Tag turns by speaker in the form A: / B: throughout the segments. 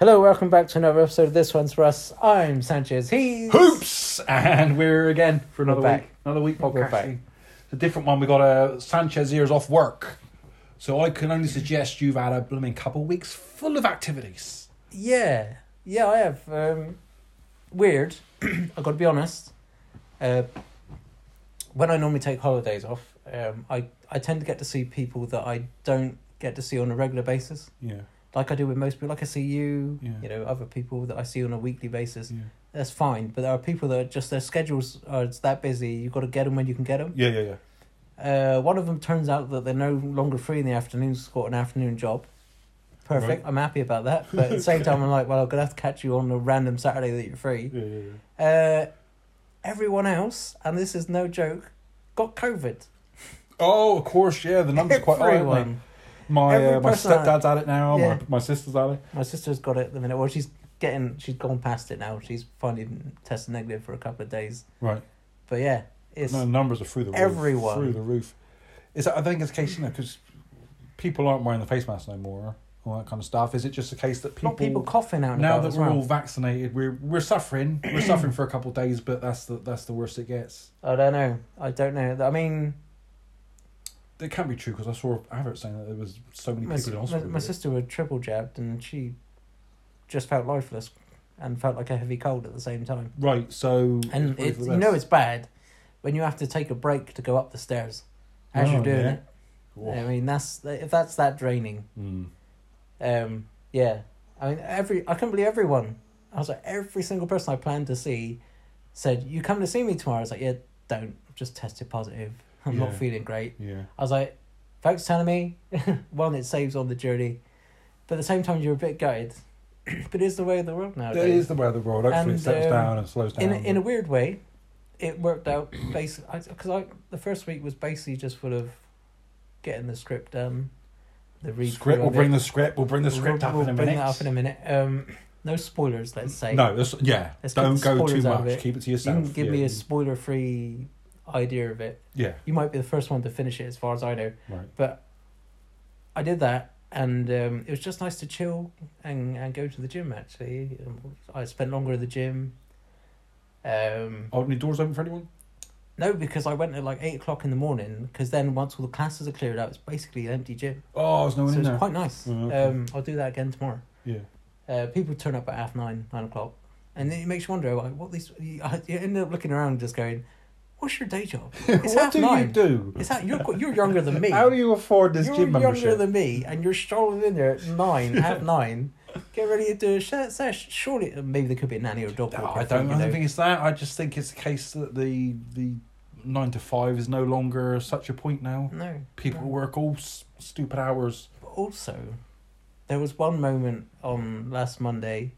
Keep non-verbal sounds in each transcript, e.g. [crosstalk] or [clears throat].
A: welcome back to another episode of This One's For Us. I'm Sanchez. He's.
B: Hoops! And we're again for another
A: We're
B: week.
A: back.
B: Another week
A: We're back.
B: podcasting. It's a different one. We got a Sanchez ears off work. So I can only suggest you've had a blooming couple of weeks full of activities.
A: Yeah, yeah, I have. Um, weird. [clears throat] I got to be honest. Uh, when I normally take holidays off, um, I I tend to get to see people that I don't get to see on a regular basis,
B: Yeah.
A: like I do with most people. Like I see you,
B: Yeah.
A: you know, other people that I see on a weekly basis.
B: Yeah,
A: That's fine, but there are people that are just their schedules are it's that busy. You got to get them when you can get them.
B: yeah, yeah. yeah.
A: Uh, one of them turns out that they're no longer free in the afternoons. has got an afternoon job. Perfect.
B: Right.
A: I'm happy about that. But at the same time, I'm like, well, I'm gonna have to catch you on a random Saturday that you're free.
B: Yeah, yeah,
A: Uh, everyone else, and this is no joke, got COVID.
B: Oh, of course, yeah. The numbers are quite high. aren't they?
A: Everyone.
B: My
A: Every
B: uh, my
A: person I-
B: stepdad's at it now.
A: Yeah.
B: My my sister's at it.
A: My sister's got it at the minute. Well, she's getting, she's gone past it now. She's finally tested negative for a couple of days.
B: Right.
A: But yeah, it's
B: no, numbers are through the roof.
A: everyone.
B: through the roof. Is that, I think it's a case you know because people aren't wearing the face masks no more, all that kind of stuff. Is it just a case that people
A: not people coughing out and
B: now
A: about
B: that
A: as
B: we're
A: well.
B: all vaccinated, we're we're suffering.
A: [clears throat]
B: We're suffering for a couple of days, but that's the that's the worst it gets.
A: I don't know. I don't know. I mean,
B: It can't be true because I saw Avert saying that there was so many
A: my,
B: people in
A: my,
B: hospital.
A: my
B: with it.
A: sister was triple jabbed and she just felt lifeless and felt like a heavy cold at the same time.
B: Right, so
A: And
B: probably
A: it,
B: for the
A: you know
B: best.
A: it's bad when you have to take a break to go up the stairs as you're
B: Oh,
A: doing
B: yeah.
A: it.
B: Woof.
A: I mean, that's if that's that draining.
B: Mm.
A: Um, yeah. I mean, every I couldn't believe everyone. I was like, every single person I planned to see said, "You come to see me tomorrow." I was like, "Yeah, don't. I've just tested positive. I'm not
B: Yeah.
A: feeling great."
B: Yeah,
A: I was like, folks telling me, [laughs] one, it saves on the journey, but at the same time, you're a bit gutted. [clears throat] but it's the way of the world now.
B: that is the way of the world. Hopefully,
A: And,
B: it settles
A: um,
B: down and slows down.
A: In, a- in a weird way, it worked out basically, because I, the first week was basically just full of getting the script done, the read
B: script. We'll bring the script. We'll bring the script up in a
A: bring
B: minute.
A: that up in a minute. Um, no spoilers, let's say.
B: No, that's, yeah.
A: Let's
B: Don't
A: keep the
B: go too
A: spoilers out of
B: much.
A: it.
B: Keep it to
A: You
B: yourself.
A: can give
B: yeah.
A: me a spoiler free idea of it.
B: yeah,
A: You might be the first one to finish it, as far as I know.
B: right.
A: I did that, and um, it was just nice to chill and, and go to the gym. Actually, Um, I spent longer at the gym. Um,
B: Are Oh, any doors open for anyone?
A: no, because I went at like eight o'clock in the morning. Because then once all the classes are cleared out, it's basically an empty gym.
B: Oh, there's no one
A: so
B: in
A: it's
B: there.
A: quite nice.
B: Oh, okay.
A: Um, I'll do that again tomorrow.
B: yeah,
A: Uh, people turn up at half nine, nine o'clock, and it makes you wonder like, what these. You, you end up looking around, just going, "What's your day
B: [laughs]
A: job? It's
B: what
A: half
B: do
A: nine.
B: you do?
A: Is that you're qu- you're younger than me?
B: How do you afford this
A: you're
B: gym
A: younger
B: membership?
A: than me, and you're strolling in there at nine, at
B: [laughs]
A: nine, get ready to do a sh- sesh. Surely, maybe there could be a nanny or a dog.
B: No,
A: walker,
B: Oh, I don't.
A: you
B: I
A: know.
B: don't think it's that. I just think it's the case that the the nine to five is no longer such a point now.
A: No.
B: People
A: no.
B: work all s- stupid hours.
A: But also, there was one moment on last Monday.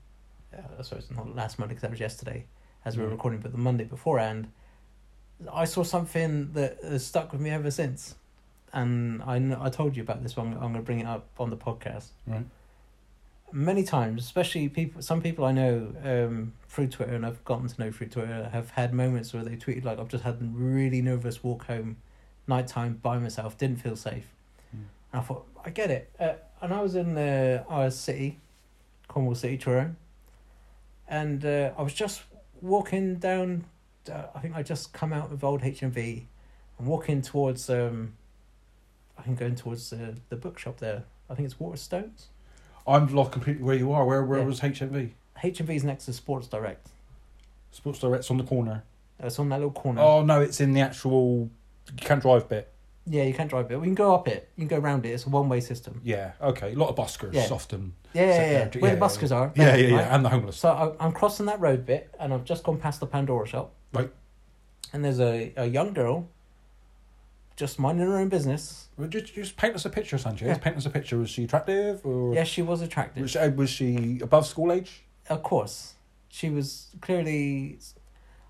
A: Uh, sorry, it's not last Monday because that was yesterday, as we were
B: Mm.
A: recording, but the Monday beforehand, I saw something that has stuck with me ever since, and I kn- I told you about this one. I'm going to bring it up on the podcast.
B: Right.
A: many times, especially people, some people I know um, through Twitter, and I've gotten to know through Twitter, have had moments where they tweeted like, "I've just had a really nervous walk home, nighttime by myself, didn't feel safe."
B: Hmm.
A: And I thought, I get it. Uh, and I was in uh, our city, Cornwall City, Truro, and uh, I was just walking down. Uh, I think I just come out of old HMV, and walking towards. Um, I think going towards the the bookshop there. I think it's Waterstones.
B: I'm lost completely where you are. Where where
A: Yeah.
B: was HMV?
A: HMV's next to Sports Direct.
B: Sports Direct's on the corner.
A: It's on that little corner.
B: Oh no, it's in the actual. You can't drive bit.
A: Yeah, you can't drive it. We can go up it. You can go round it. It's a one way system.
B: Yeah. Okay. A lot of buskers
A: Yeah.
B: often.
A: Yeah, yeah,
B: So-
A: yeah.
B: yeah,
A: Where
B: yeah,
A: the buskers are.
B: Yeah,
A: there,
B: yeah, yeah.
A: right?
B: And the homeless.
A: So I- I'm crossing that road bit, and I've just gone past the Pandora shop.
B: Right.
A: And there's a, a young girl, just minding her own business.
B: Well, Just, just paint us a picture, Sanchez.
A: Yeah.
B: Paint us a picture. Was she attractive or
A: Yes, she was attractive.
B: was, she, was she above school age?
A: Of course, she was clearly,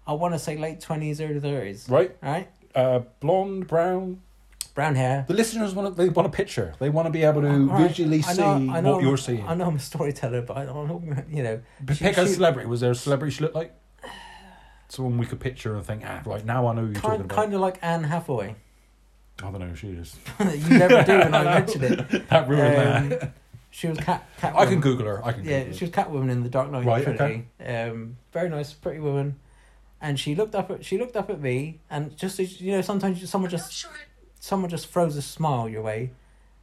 A: I want to say late twenties, early thirties.
B: Right.
A: Right.
B: Uh, blonde, brown.
A: Brown hair.
B: The listeners want to, they want a picture. They want to be able to
A: All right.
B: visually
A: I
B: see
A: know- I know
B: what
A: I'm-
B: you're seeing.
A: I know I'm a storyteller, but I don't, you know.
B: P-
A: she-
B: Pick a
A: she-
B: celebrity. Was there a celebrity she looked like? Someone we could picture and think, ah, right now I know who you're talking
A: Kind,
B: about.
A: kind of like Anne Hathaway. [laughs]
B: I don't know who she is. [laughs]
A: you never do when I mention it.
B: That ruined that.
A: Um, She was cat. cat
B: [laughs] I can Google her. I can
A: Yeah,
B: Google
A: she was Catwoman in the Dark Knight
B: Right,
A: trilogy. Um, very nice, pretty woman. And she looked up at she looked up at me, and just as- you know, sometimes you- someone just
C: Sure.
A: someone just throws a smile your way,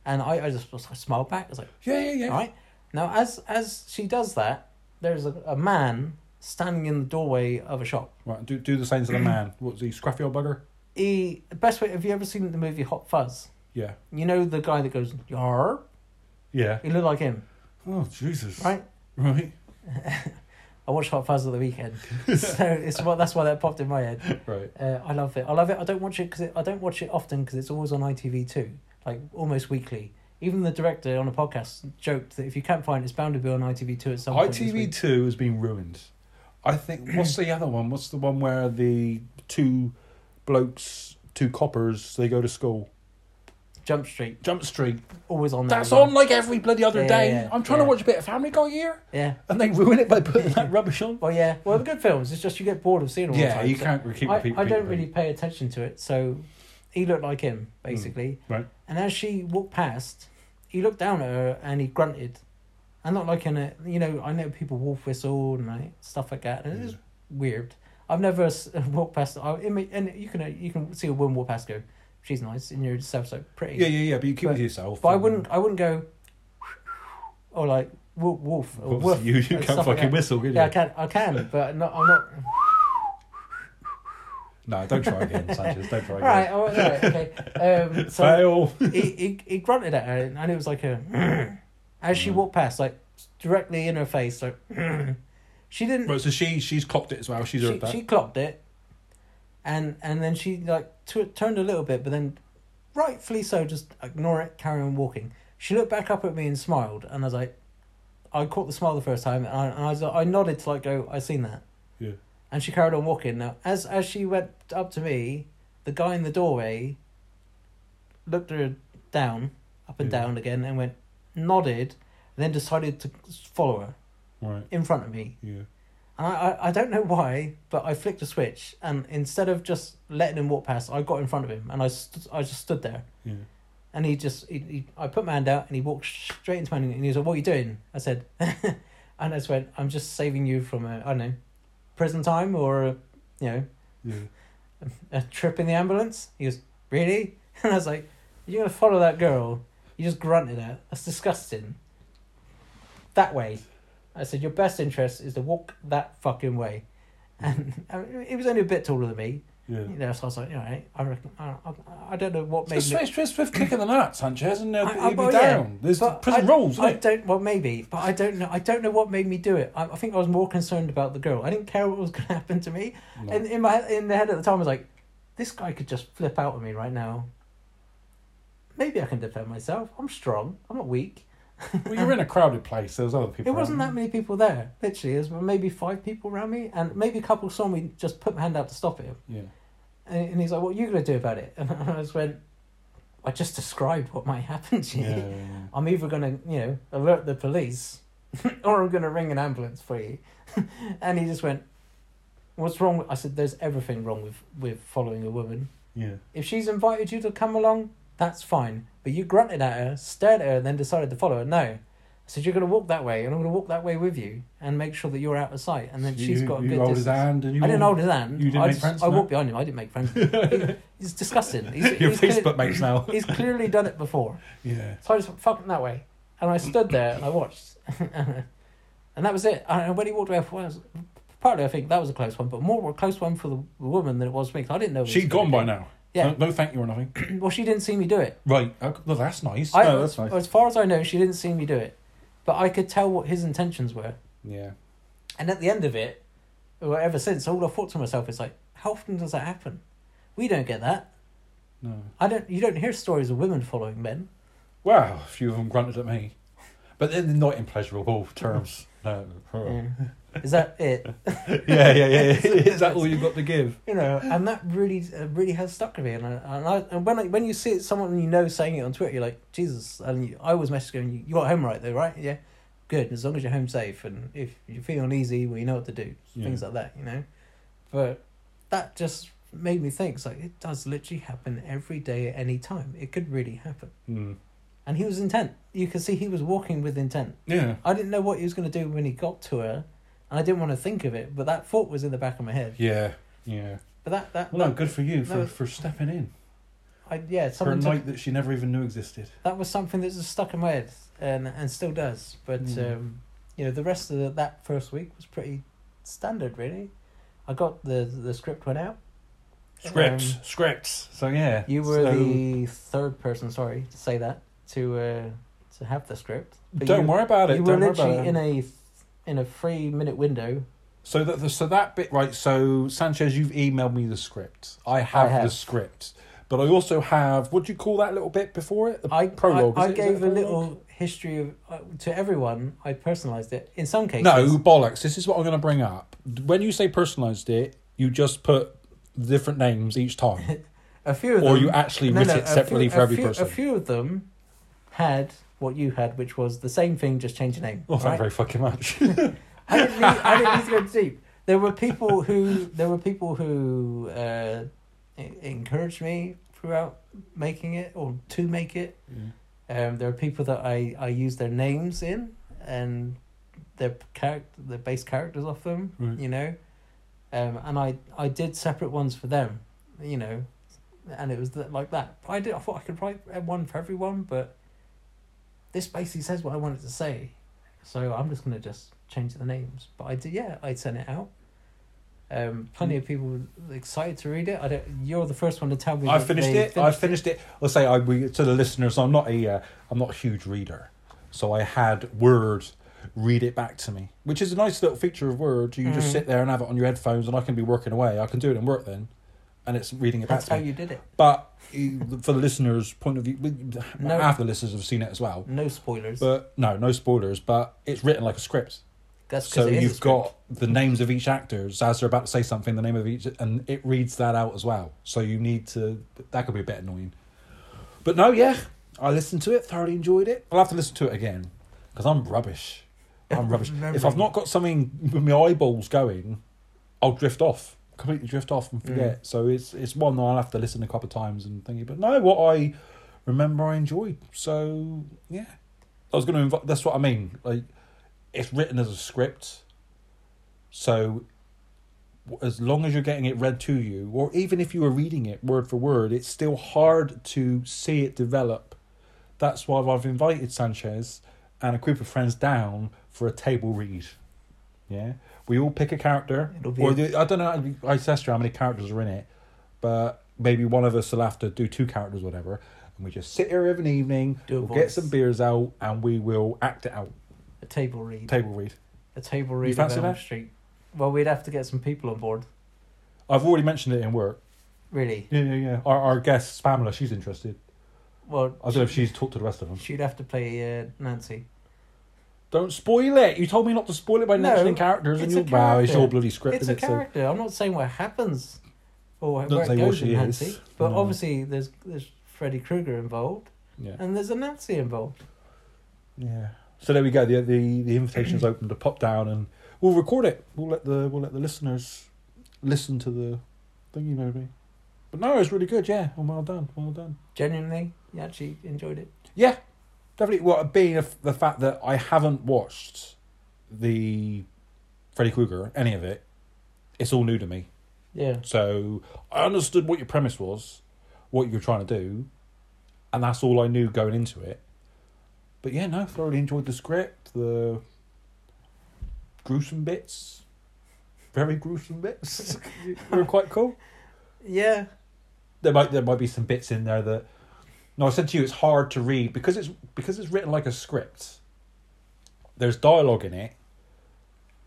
A: and I I just I smiled back. I was like,
B: her. Yeah, yeah, yeah.
A: all right. Now as as she does that, there's a, a man standing in the doorway of a shop.
B: Right, do, do the signs of
A: [clears throat]
B: the man. What's he, scruffy old bugger?
A: He the best way. Have you ever seen the movie Hot Fuzz?
B: Yeah.
A: You know the guy that goes yar.
B: Yeah.
A: He looked like him,
B: Oh, Jesus.
A: right?
B: [laughs] Right.
A: I watched Hot Fuzz at the
B: [laughs]
A: weekend, so it's what that's why that popped in my head.
B: Right.
A: Uh, I love it. I love it. I don't watch it because I don't watch it often because it's always on ITV two, like almost weekly. Even the director on a podcast joked that if you can't find it, it's bound to be on ITV two at some point. this week.
B: ITV2 has been ruined. I
A: [clears throat]
B: think, what's the other one? What's the one where the two blokes, two coppers, they go to school?
A: Jump Street
B: Jump Street.
A: always on. there
B: That's
A: as well.
B: on like every bloody other
A: Yeah,
B: day.
A: yeah,
B: I'm trying
A: yeah.
B: to watch a bit of Family Guy here,
A: Yeah.
B: and they ruin it by putting that rubbish on.
A: Well, yeah. Well, the good films. It's just you get bored of seeing them all the
B: Yeah,
A: time.
B: you
A: so
B: can't keep
A: I,
B: repeating.
A: I don't really pay attention to it, so he looked like him basically.
B: Hmm, right.
A: And as she walked past, he looked down at her and he grunted, and not like in a you know I know people wolf whistle and like, stuff like that, and it was weird. I've never s- [laughs] walked past. I, it may, and you can uh, you can see a woman walk past, go, she's nice, and you're yourself so pretty.
B: Yeah, yeah, yeah. But you keep
A: But-
B: it to yourself.
A: But I
B: and-
A: wouldn't I wouldn't go, or like wolf wolf or
B: Obviously,
A: woof.
B: You, you
A: and
B: can't
A: stuff
B: fucking
A: like that.
B: whistle, can you?
A: Yeah, I can I can, but not, I'm
B: [laughs]
A: not.
B: No, don't try
A: [laughs]
B: again, Sanchez. Don't try
A: All
B: again.
A: right, all right,
B: [laughs]
A: okay. Um, so
B: Fail.
A: he, he, he grunted at her, and it was like a. [clears throat] as she walked past, like directly in her face, like. [clears throat] she didn't.
B: Right, so she she's clocked it as well. She's
A: she,
B: heard that.
A: she clocked it, and and then she like tu- turned a little bit, but then, rightfully so, just ignore it, carry on walking. She looked back up at me and smiled, and I was like, I caught the smile the first time, and I and I, was, I nodded to like go, I seen that.
B: Yeah.
A: And she carried on walking. Now, as as she went up to me, the guy in the doorway looked her down, up and
B: Yeah.
A: down again, and went nodded, and then decided to follow her
B: Right.
A: in front of me.
B: Yeah.
A: And I, I, I don't know why, but I flicked a switch, and instead of just letting him walk past, I got in front of him, and I, st- I just stood there.
B: Yeah.
A: And he just, he, he, I put my hand out, and he walked straight into my hand, and he was like, what are you doing? I said, [laughs] and I just went, I'm just saving you from, a, I don't know, prison time or, a, you know,
B: Yeah.
A: a trip in the ambulance. He goes, really? [laughs] And I was like, you're going to follow that girl? You just grunted at. That's disgusting. That way. I said, your best interest is to walk that fucking way. And [laughs] I mean, he was only a bit taller than me.
B: Yeah.
A: You know, so I was like, all right, I reckon, I, I, I don't know what made
B: It's
A: me...
B: Swift, Swift, Swift kicking the nuts, Sanchez, and they'll
A: I-
B: be,
A: I-
B: you'll
A: well,
B: be
A: yeah,
B: down. There's
A: but
B: prison
A: I,
B: rules,
A: I
B: isn't it?
A: don't. Well, maybe, but I don't know. I don't know what made me do it. I, I think I was more concerned about the girl. I didn't care what was going to [laughs] happen to me.
B: No.
A: And in my in the head at the time, I was like, this guy could just flip out at me right now. Maybe I can defend myself. I'm strong. I'm not weak.
B: well, you're in a crowded place. There's other
A: It
B: people.
A: wasn't that
B: around.
A: many people there. Literally, there was maybe five people around me, and maybe a couple saw me just put my hand out to stop him. And, and he's like, "What are you gonna do about it?" [laughs] And I just went, "I just described what might happen to you."
B: Yeah. yeah, yeah.
A: I'm either gonna, you know, alert the police, [laughs] or I'm gonna ring an ambulance for you. [laughs] and he just went, "What's wrong?" With-? I said, "There's everything wrong with with following a woman.
B: Yeah.
A: If she's invited you to come along, that's fine. But you grunted at her, stared at her, and then decided to follow her. No." I said, "You're gonna walk that way, and I'm gonna walk that way with you, and make sure that you're out of sight." And then
B: You-
A: she's got a
B: you
A: good
B: hold
A: distance.
B: his hand and you
A: I didn't
B: all-
A: hold his hand.
B: you
A: I,
B: didn't make
A: just-
B: friends,
A: I
B: no?
A: walked behind him. I didn't make
B: [laughs]
A: friends. He- he's disgusting. He's,
B: Your
A: he's clear-
B: Facebook
A: [laughs]
B: mates now.
A: he's clearly done it before.
B: Yeah.
A: So I just went, fuck it that way. And I stood there and I watched. [laughs] and that was it. And when he walked away, I thought, well, partly I think that was a close one, but more a close one for the woman than it was for me 'cause I didn't know.
B: She'd gone by now.
A: Yeah.
B: No, no thank you or nothing.
A: well, she didn't see me do it.
B: Right. Oh, Well, that's nice.
A: I,
B: no, that's nice.
A: As far as I know, she didn't see me do it. But I could tell what his intentions were.
B: Yeah.
A: And at the end of it, or ever since, all I thought to myself is like, how often does that happen? We don't get that.
B: No.
A: I don't. You don't hear stories of women following men.
B: Wow, a few of them grunted at me. But then not in pleasurable [laughs] terms. No. Yeah,
A: Is that it?
B: yeah, yeah.
A: [laughs]
B: yeah. [laughs] Is that all you've got to give?
A: you know, and that really, uh, really has stuck with me. And I, and, I, and when I, when you see it, someone you know saying it on Twitter, you're like, Jesus. And you, I always message going, you, you got home right though, right? Yeah, good. As long as you're home safe, and if you feel uneasy, well, you know what to do.
B: Yeah.
A: Things like that, you know. But that just made me think. It's like it does literally happen every day at any time. It could really happen.
B: Mm.
A: and he was intent. You could see he was walking with intent.
B: Yeah.
A: I didn't know what he was going to do when he got to her, and I didn't want to think of it, but that thought was in the back of my head.
B: Yeah. Yeah.
A: But that that,
B: Well, no, good for you for,
A: No.
B: for stepping in
A: I, yeah,
B: for a
A: something
B: night that she never even knew existed.
A: that was something that's just stuck in my head and and still does. But
B: Mm.
A: um, you know, the rest of the, that first week was pretty standard, really. I got the the script went out.
B: Scripts,
A: Um,
B: scripts. So yeah,
A: You were
B: So,
A: the third person, sorry to say that, to uh, to have the script. But
B: Don't
A: you,
B: worry about it.
A: You were
B: don't worry about
A: literally
B: it.
A: in a in a three minute window.
B: So that so that bit right. So Sanchez, you've emailed me the script. I have, the
A: have.
B: script, but I also have. What do you call that little bit before it? The
A: I
B: prologue.
A: I, I
B: is it- is it
A: gave a
B: prologue?
A: little history of uh, to everyone. I personalized it. In some cases,
B: No bollocks. This is what I'm going to bring up. When you say personalized it, you just put different names each
A: [laughs]
B: time,
A: a few of
B: or
A: them.
B: you actually
A: No,
B: writ
A: no,
B: it
A: a
B: separately
A: few-
B: for
A: a
B: every
A: few-
B: person.
A: A few of them had what you had, which was the same thing, just change your name.
B: Well, Oh, thank you
A: right?
B: very fucking much.
A: [laughs] I, didn't need, I didn't need to go deep. There were people who there were people who uh, e- encouraged me throughout making it or to make it. Um, there are people that I I use their names in and their character, the base characters off them.
B: Right.
A: You know, um, and I I did separate ones for them. You know, and it was th- like that. I did. I thought I could write uh, one for everyone, but this basically says what I wanted to say, so I'm just gonna just change the names. But I did. Yeah, I sent it out. Um,
B: Hmm.
A: plenty of people excited to read it. I don't. You're the first one to tell me.
B: I
A: that
B: finished
A: they
B: it. I finished it. I'll say I we, to the listeners. I'm not a. Uh, I'm not a huge reader, so I had Word read it back to me, which is a nice little feature of Word. You just
A: Mhm.
B: sit there and have it on your headphones, and I can be working away. I can do it in work then, and it's reading it back
A: That's
B: to
A: how
B: me.
A: you did it.
B: but uh, for the listeners' point of view, we-
A: No.
B: half the listeners have seen it as well.
A: No spoilers.
B: But no, no spoilers. But it's written like a script.
A: That's 'cause
B: So
A: it is a
B: you've
A: script.
B: got the names of each actors as they're about to say something, the name of each, and it reads that out as well. So you need to. That could be a bit annoying. But no, yeah, I listened to it, thoroughly enjoyed it. I'll have to listen to it again because I'm rubbish.
A: [laughs]
B: I'm rubbish. if I've
A: Remembering.
B: not got something with my eyeballs going, I'll drift off, completely drift off and forget. So it's it's one that I'll have to listen a couple of times and think. But no, what I remember, I enjoyed. So yeah, I was going to invite. That's what I mean. Like it's written as a script, so w- as long as you're getting it read to you, or even if you were reading it word for word, it's still hard to see it develop. That's why I've invited Sanchez and a group of friends down for a table read. Yeah, we all pick a character,
A: It'll be
B: or
A: a-
B: the, I don't know. I assess how many characters are in it, but maybe one of us will have to do two characters, whatever. And we just sit here every evening.
A: Do a
B: we'll get
A: voice.
B: some beers out, and we will act it out.
A: a table read.
B: Table read.
A: a table read of
B: fancy
A: Elm
B: that?
A: Street. Well, we'd have to get some people on board,
B: I've already mentioned it in work.
A: really.
B: Yeah, yeah, yeah. Our, our guest, Pamela, she's interested.
A: Well,
B: I don't know if she's talked to the rest of them.
A: she'd have to play uh, Nancy.
B: Don't spoil it. You told me not to spoil it by
A: No,
B: mentioning characters, and
A: it's
B: you.
A: a
B: Wow, it's
A: character.
B: your bloody script.
A: it's a
B: isn't it? So-
A: character. I'm not saying what happens or
B: Don't
A: where
B: say
A: it
B: what
A: goes in
B: she
A: Nancy,
B: is.
A: but
B: No.
A: obviously there's there's Freddy Krueger involved
B: yeah,
A: and there's a Nancy involved.
B: yeah. So there we go. The the, the invitation's open to pop down, and we'll record it. We'll let the we'll let the listeners listen to the thing. You know me. But no, it's really good. Yeah, and well done, well done.
A: Genuinely, you actually enjoyed it.
B: Yeah, definitely. Well, being of the fact that I haven't watched the Freddy Krueger, any of it, it's all new to me.
A: Yeah,
B: So I understood what your premise was, what you were trying to do, and that's all I knew going into it. But yeah, no, thoroughly enjoyed the script, the gruesome bits, very gruesome bits. [laughs] they were quite cool.
A: yeah.
B: There might there might be some bits in there that. No, I said to you, it's hard to read because it's because it's written like a script. There's dialogue in it,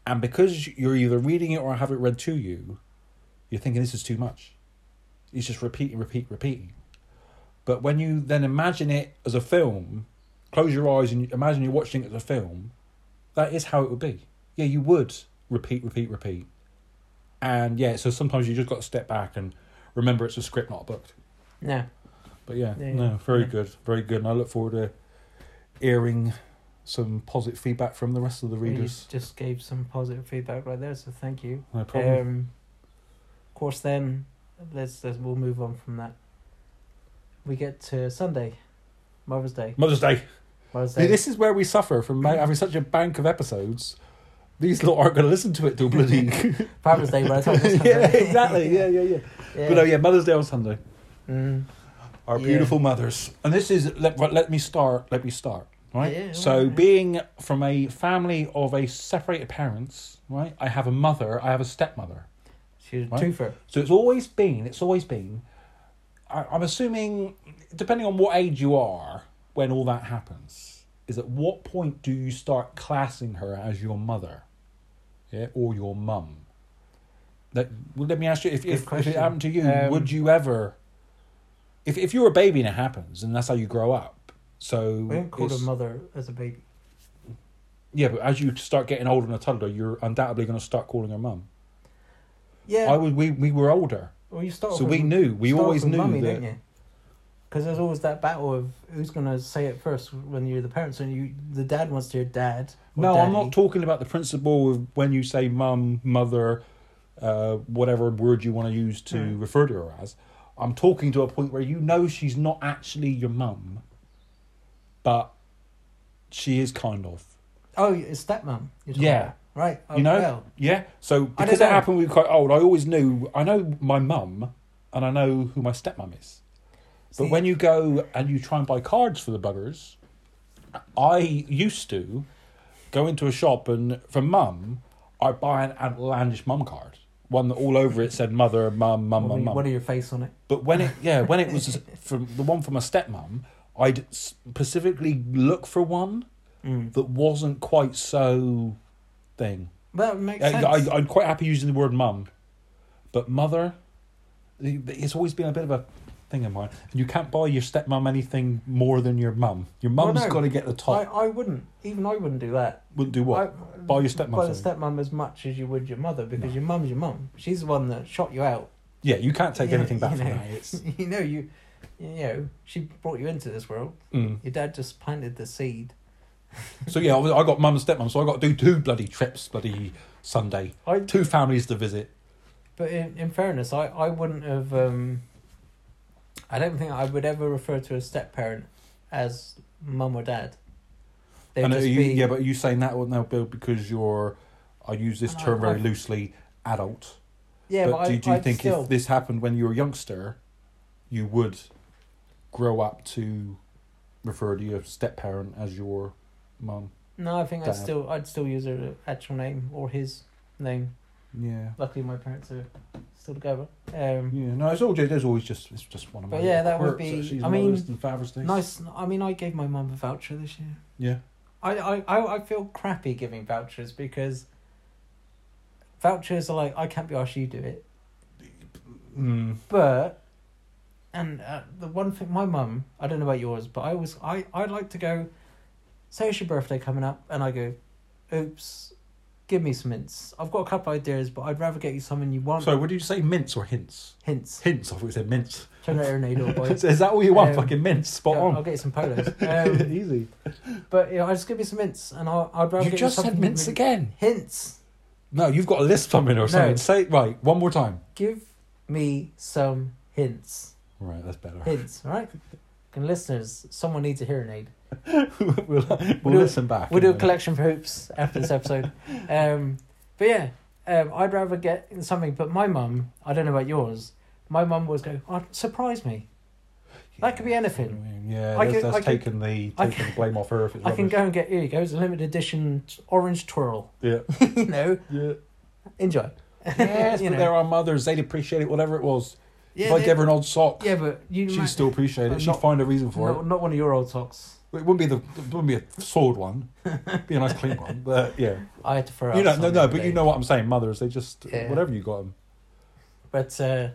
B: and because you're either reading it or I have it read to you, you're thinking this is too much. It's just repeating, repeat, repeating. But when you then imagine it as a film, close your eyes and imagine you're watching it as a film, that is how it would be. Yeah, you would repeat, repeat, repeat. And yeah, so sometimes you just got to step back and remember it's a script, not a book.
A: No,
B: But yeah,
A: Yeah,
B: no,
A: yeah.
B: very
A: Yeah.
B: good, very good. And I look forward to hearing some positive feedback from the rest of the
A: you
B: readers.
A: just gave some positive feedback right there, so thank you.
B: No problem.
A: Um, of course, then let's, let's we'll move on from that. We get to Sunday, Mother's Day.
B: Mother's Day.
A: Mother's
B: See,
A: Day.
B: this is where we suffer from ma- having such a bank of episodes. These lot aren't going to listen to it
A: [laughs]
B: till bloody. [laughs]
A: Father's Day by the time this comes
B: yeah,
A: out.
B: exactly. Yeah, yeah, yeah.
A: yeah.
B: But oh yeah, Mother's Day on Sunday.
A: Mm.
B: Our
A: Yeah.
B: beautiful mothers. And this is let right, let me start. Let me start. Right.
A: Yeah,
B: so
A: alright.
B: being from a family of a separated parents, right? I have a mother. I have a stepmother.
A: She's a
B: Right.
A: twofer.
B: So it's always been, it's always been, I, I'm assuming, depending on what age you are, when all that happens, is at what point do you start classing her as your mother? Yeah, or your mum? That, well, let me ask you, if,
A: Good
B: if, if
A: question.
B: it happened to you,
A: Um,
B: would you ever, if, if you're a baby and it happens, and that's how you grow up, so
A: We don't call
B: it's-
A: her mother as a baby.
B: yeah, but as you start getting older and a toddler, you're undoubtedly going to start calling her mum.
A: Yeah.
B: I was we we were older,
A: well, you start. off
B: so we
A: with-
B: knew we
A: start off
B: always
A: with
B: knew
A: mummy,
B: that.
A: didn't you? Because there's always that battle of who's gonna say it first when you're the parents and you the dad wants to hear dad. or
B: No, I'm
A: daddy.
B: not talking about the principle of when you say mum, mother, uh, whatever word you want to use to
A: Mm.
B: refer to her as. I'm talking to a point where you know she's not actually your mum, but she is kind of.
A: Oh, it's stepmom. you're talking
B: Yeah.
A: about. Right. Oh,
B: You know?
A: Well,
B: Yeah. So
A: I
B: because
A: don't
B: that
A: know.
B: happened, we were quite old. I always knew. I know my mum, and I know who my stepmum is. But
A: See-
B: when you go and you try and buy cards for the buggers, I used to go into a shop and for mum, I buy an outlandish mum card, one that all over it said mother, mum, mum,
A: what,
B: mum,
A: are, what are
B: mum.
A: your face on it?
B: But when it yeah, when it was [laughs] from the one from my stepmum, I'd specifically look for one
A: Mm.
B: that wasn't quite so thing.
A: That makes
B: I,
A: sense.
B: I, I'm quite happy using the word mum, but mother, it's always been a bit of a thing of mine. And you can't buy your stepmum anything more than your mum. Your
A: Well,
B: mum's
A: no.
B: got to get the
A: I,
B: top.
A: I wouldn't. Even I wouldn't do that.
B: Wouldn't do what?
A: I,
B: buy your stepmum.
A: Buy the
B: something.
A: stepmom as much as you would your mother because
B: No.
A: your mum's your mum. She's the one that shot you out. [laughs]
B: yeah, you can't take
A: Yeah,
B: anything back
A: you
B: from
A: know.
B: that. It's,
A: you know, you, you know, she brought you into this world.
B: mm.
A: Your dad just planted the seed.
B: So yeah, I got mum and stepmum, so I got to do two bloody trips, bloody Sunday,
A: I,
B: two families to visit.
A: but in, in fairness, I, I wouldn't have. Um, I don't think I would ever refer to a step parent as mum or dad. They'd
B: and are
A: just
B: you,
A: be
B: yeah, but are you saying that now, Bill, because you're, I use this
A: And I-
B: term very
A: I-
B: loosely, adult.
A: yeah,
B: but
A: but
B: do,
A: I,
B: do you
A: I'd
B: think
A: still,
B: if this happened when you were a youngster, you would grow up to refer to your step parent as your mum?
A: no, I think I'd
B: Dad.
A: still I'd still use her actual name or his name.
B: Yeah.
A: Luckily, my parents are still together. Um,
B: Yeah, no, it's all just, it's always just it's just one of my
A: But yeah, that would
B: quirks,
A: be-
B: actually,
A: I mean,
B: Mother's and Father's Day.
A: Nice. I mean, I gave my mum a voucher this year.
B: Yeah.
A: I, I, I, I feel crappy giving vouchers because vouchers are like, I can't be asked, you do it.
B: Mm.
A: But, and uh, the one thing, my mum, I don't know about yours, but I always, I, I like to go, say it's your birthday coming up, and I go, oops, give me some hints. I've got a couple ideas, but I'd rather get you something you want.
B: So, what did you say, mints or hints?
A: Hints.
B: Hints. I thought you said mints.
A: Turn out your needle, boys.
B: [laughs] Is that all you want?
A: Oh, Um,
B: Fucking mints. Spot
A: Yeah, I'll
B: on.
A: get you some polos.
B: [laughs]
A: Um,
B: Easy.
A: but yeah, I just give you some hints, and I'll, I'd rather
B: You
A: get
B: just
A: you
B: said
A: something
B: mints
A: really-
B: again.
A: Hints.
B: No, you've got a list something or something. Say right one more time.
A: give me some hints.
B: Right, that's better. [laughs]
A: Hints, right? And listeners, someone needs a hearing aid.
B: we'll we'll,
A: do-
B: listen back.
A: We'll do a
B: and then-
A: collection for hoops after this [laughs] episode. Um, but yeah, um, I'd rather get something. But my mum, I don't know about yours. My mum was go, oh, surprise me. That could be anything.
B: Yeah,
A: I
B: that's,
A: could-
B: that's
A: I could-
B: taking the
A: I
B: taking the blame off her if it's
A: I can
B: rubbish.
A: go and get here you go. It's a limited edition t- orange twirl. [laughs]
B: Yeah,
A: you know, [laughs]
B: yeah.
A: enjoy.
B: Yes,
A: You
B: but
A: know.
B: there are mothers. They'd appreciate it, whatever it was.
A: Yeah,
B: if I
A: they-
B: gave her an old sock,
A: yeah but you
B: she'd
A: might-
B: still appreciate it.
A: I'm
B: She'd
A: not-
B: find a reason for
A: not, not one of your old [laughs] socks.
B: it. It wouldn't be the it wouldn't be a sword one. It'd be a nice clean one. But yeah,
A: [laughs] I had to throw
B: you
A: out
B: know,
A: some
B: no,
A: the
B: no.
A: other
B: But
A: day.
B: you know what I'm saying. Mothers, they just
A: Yeah.
B: whatever you got them.
A: But uh,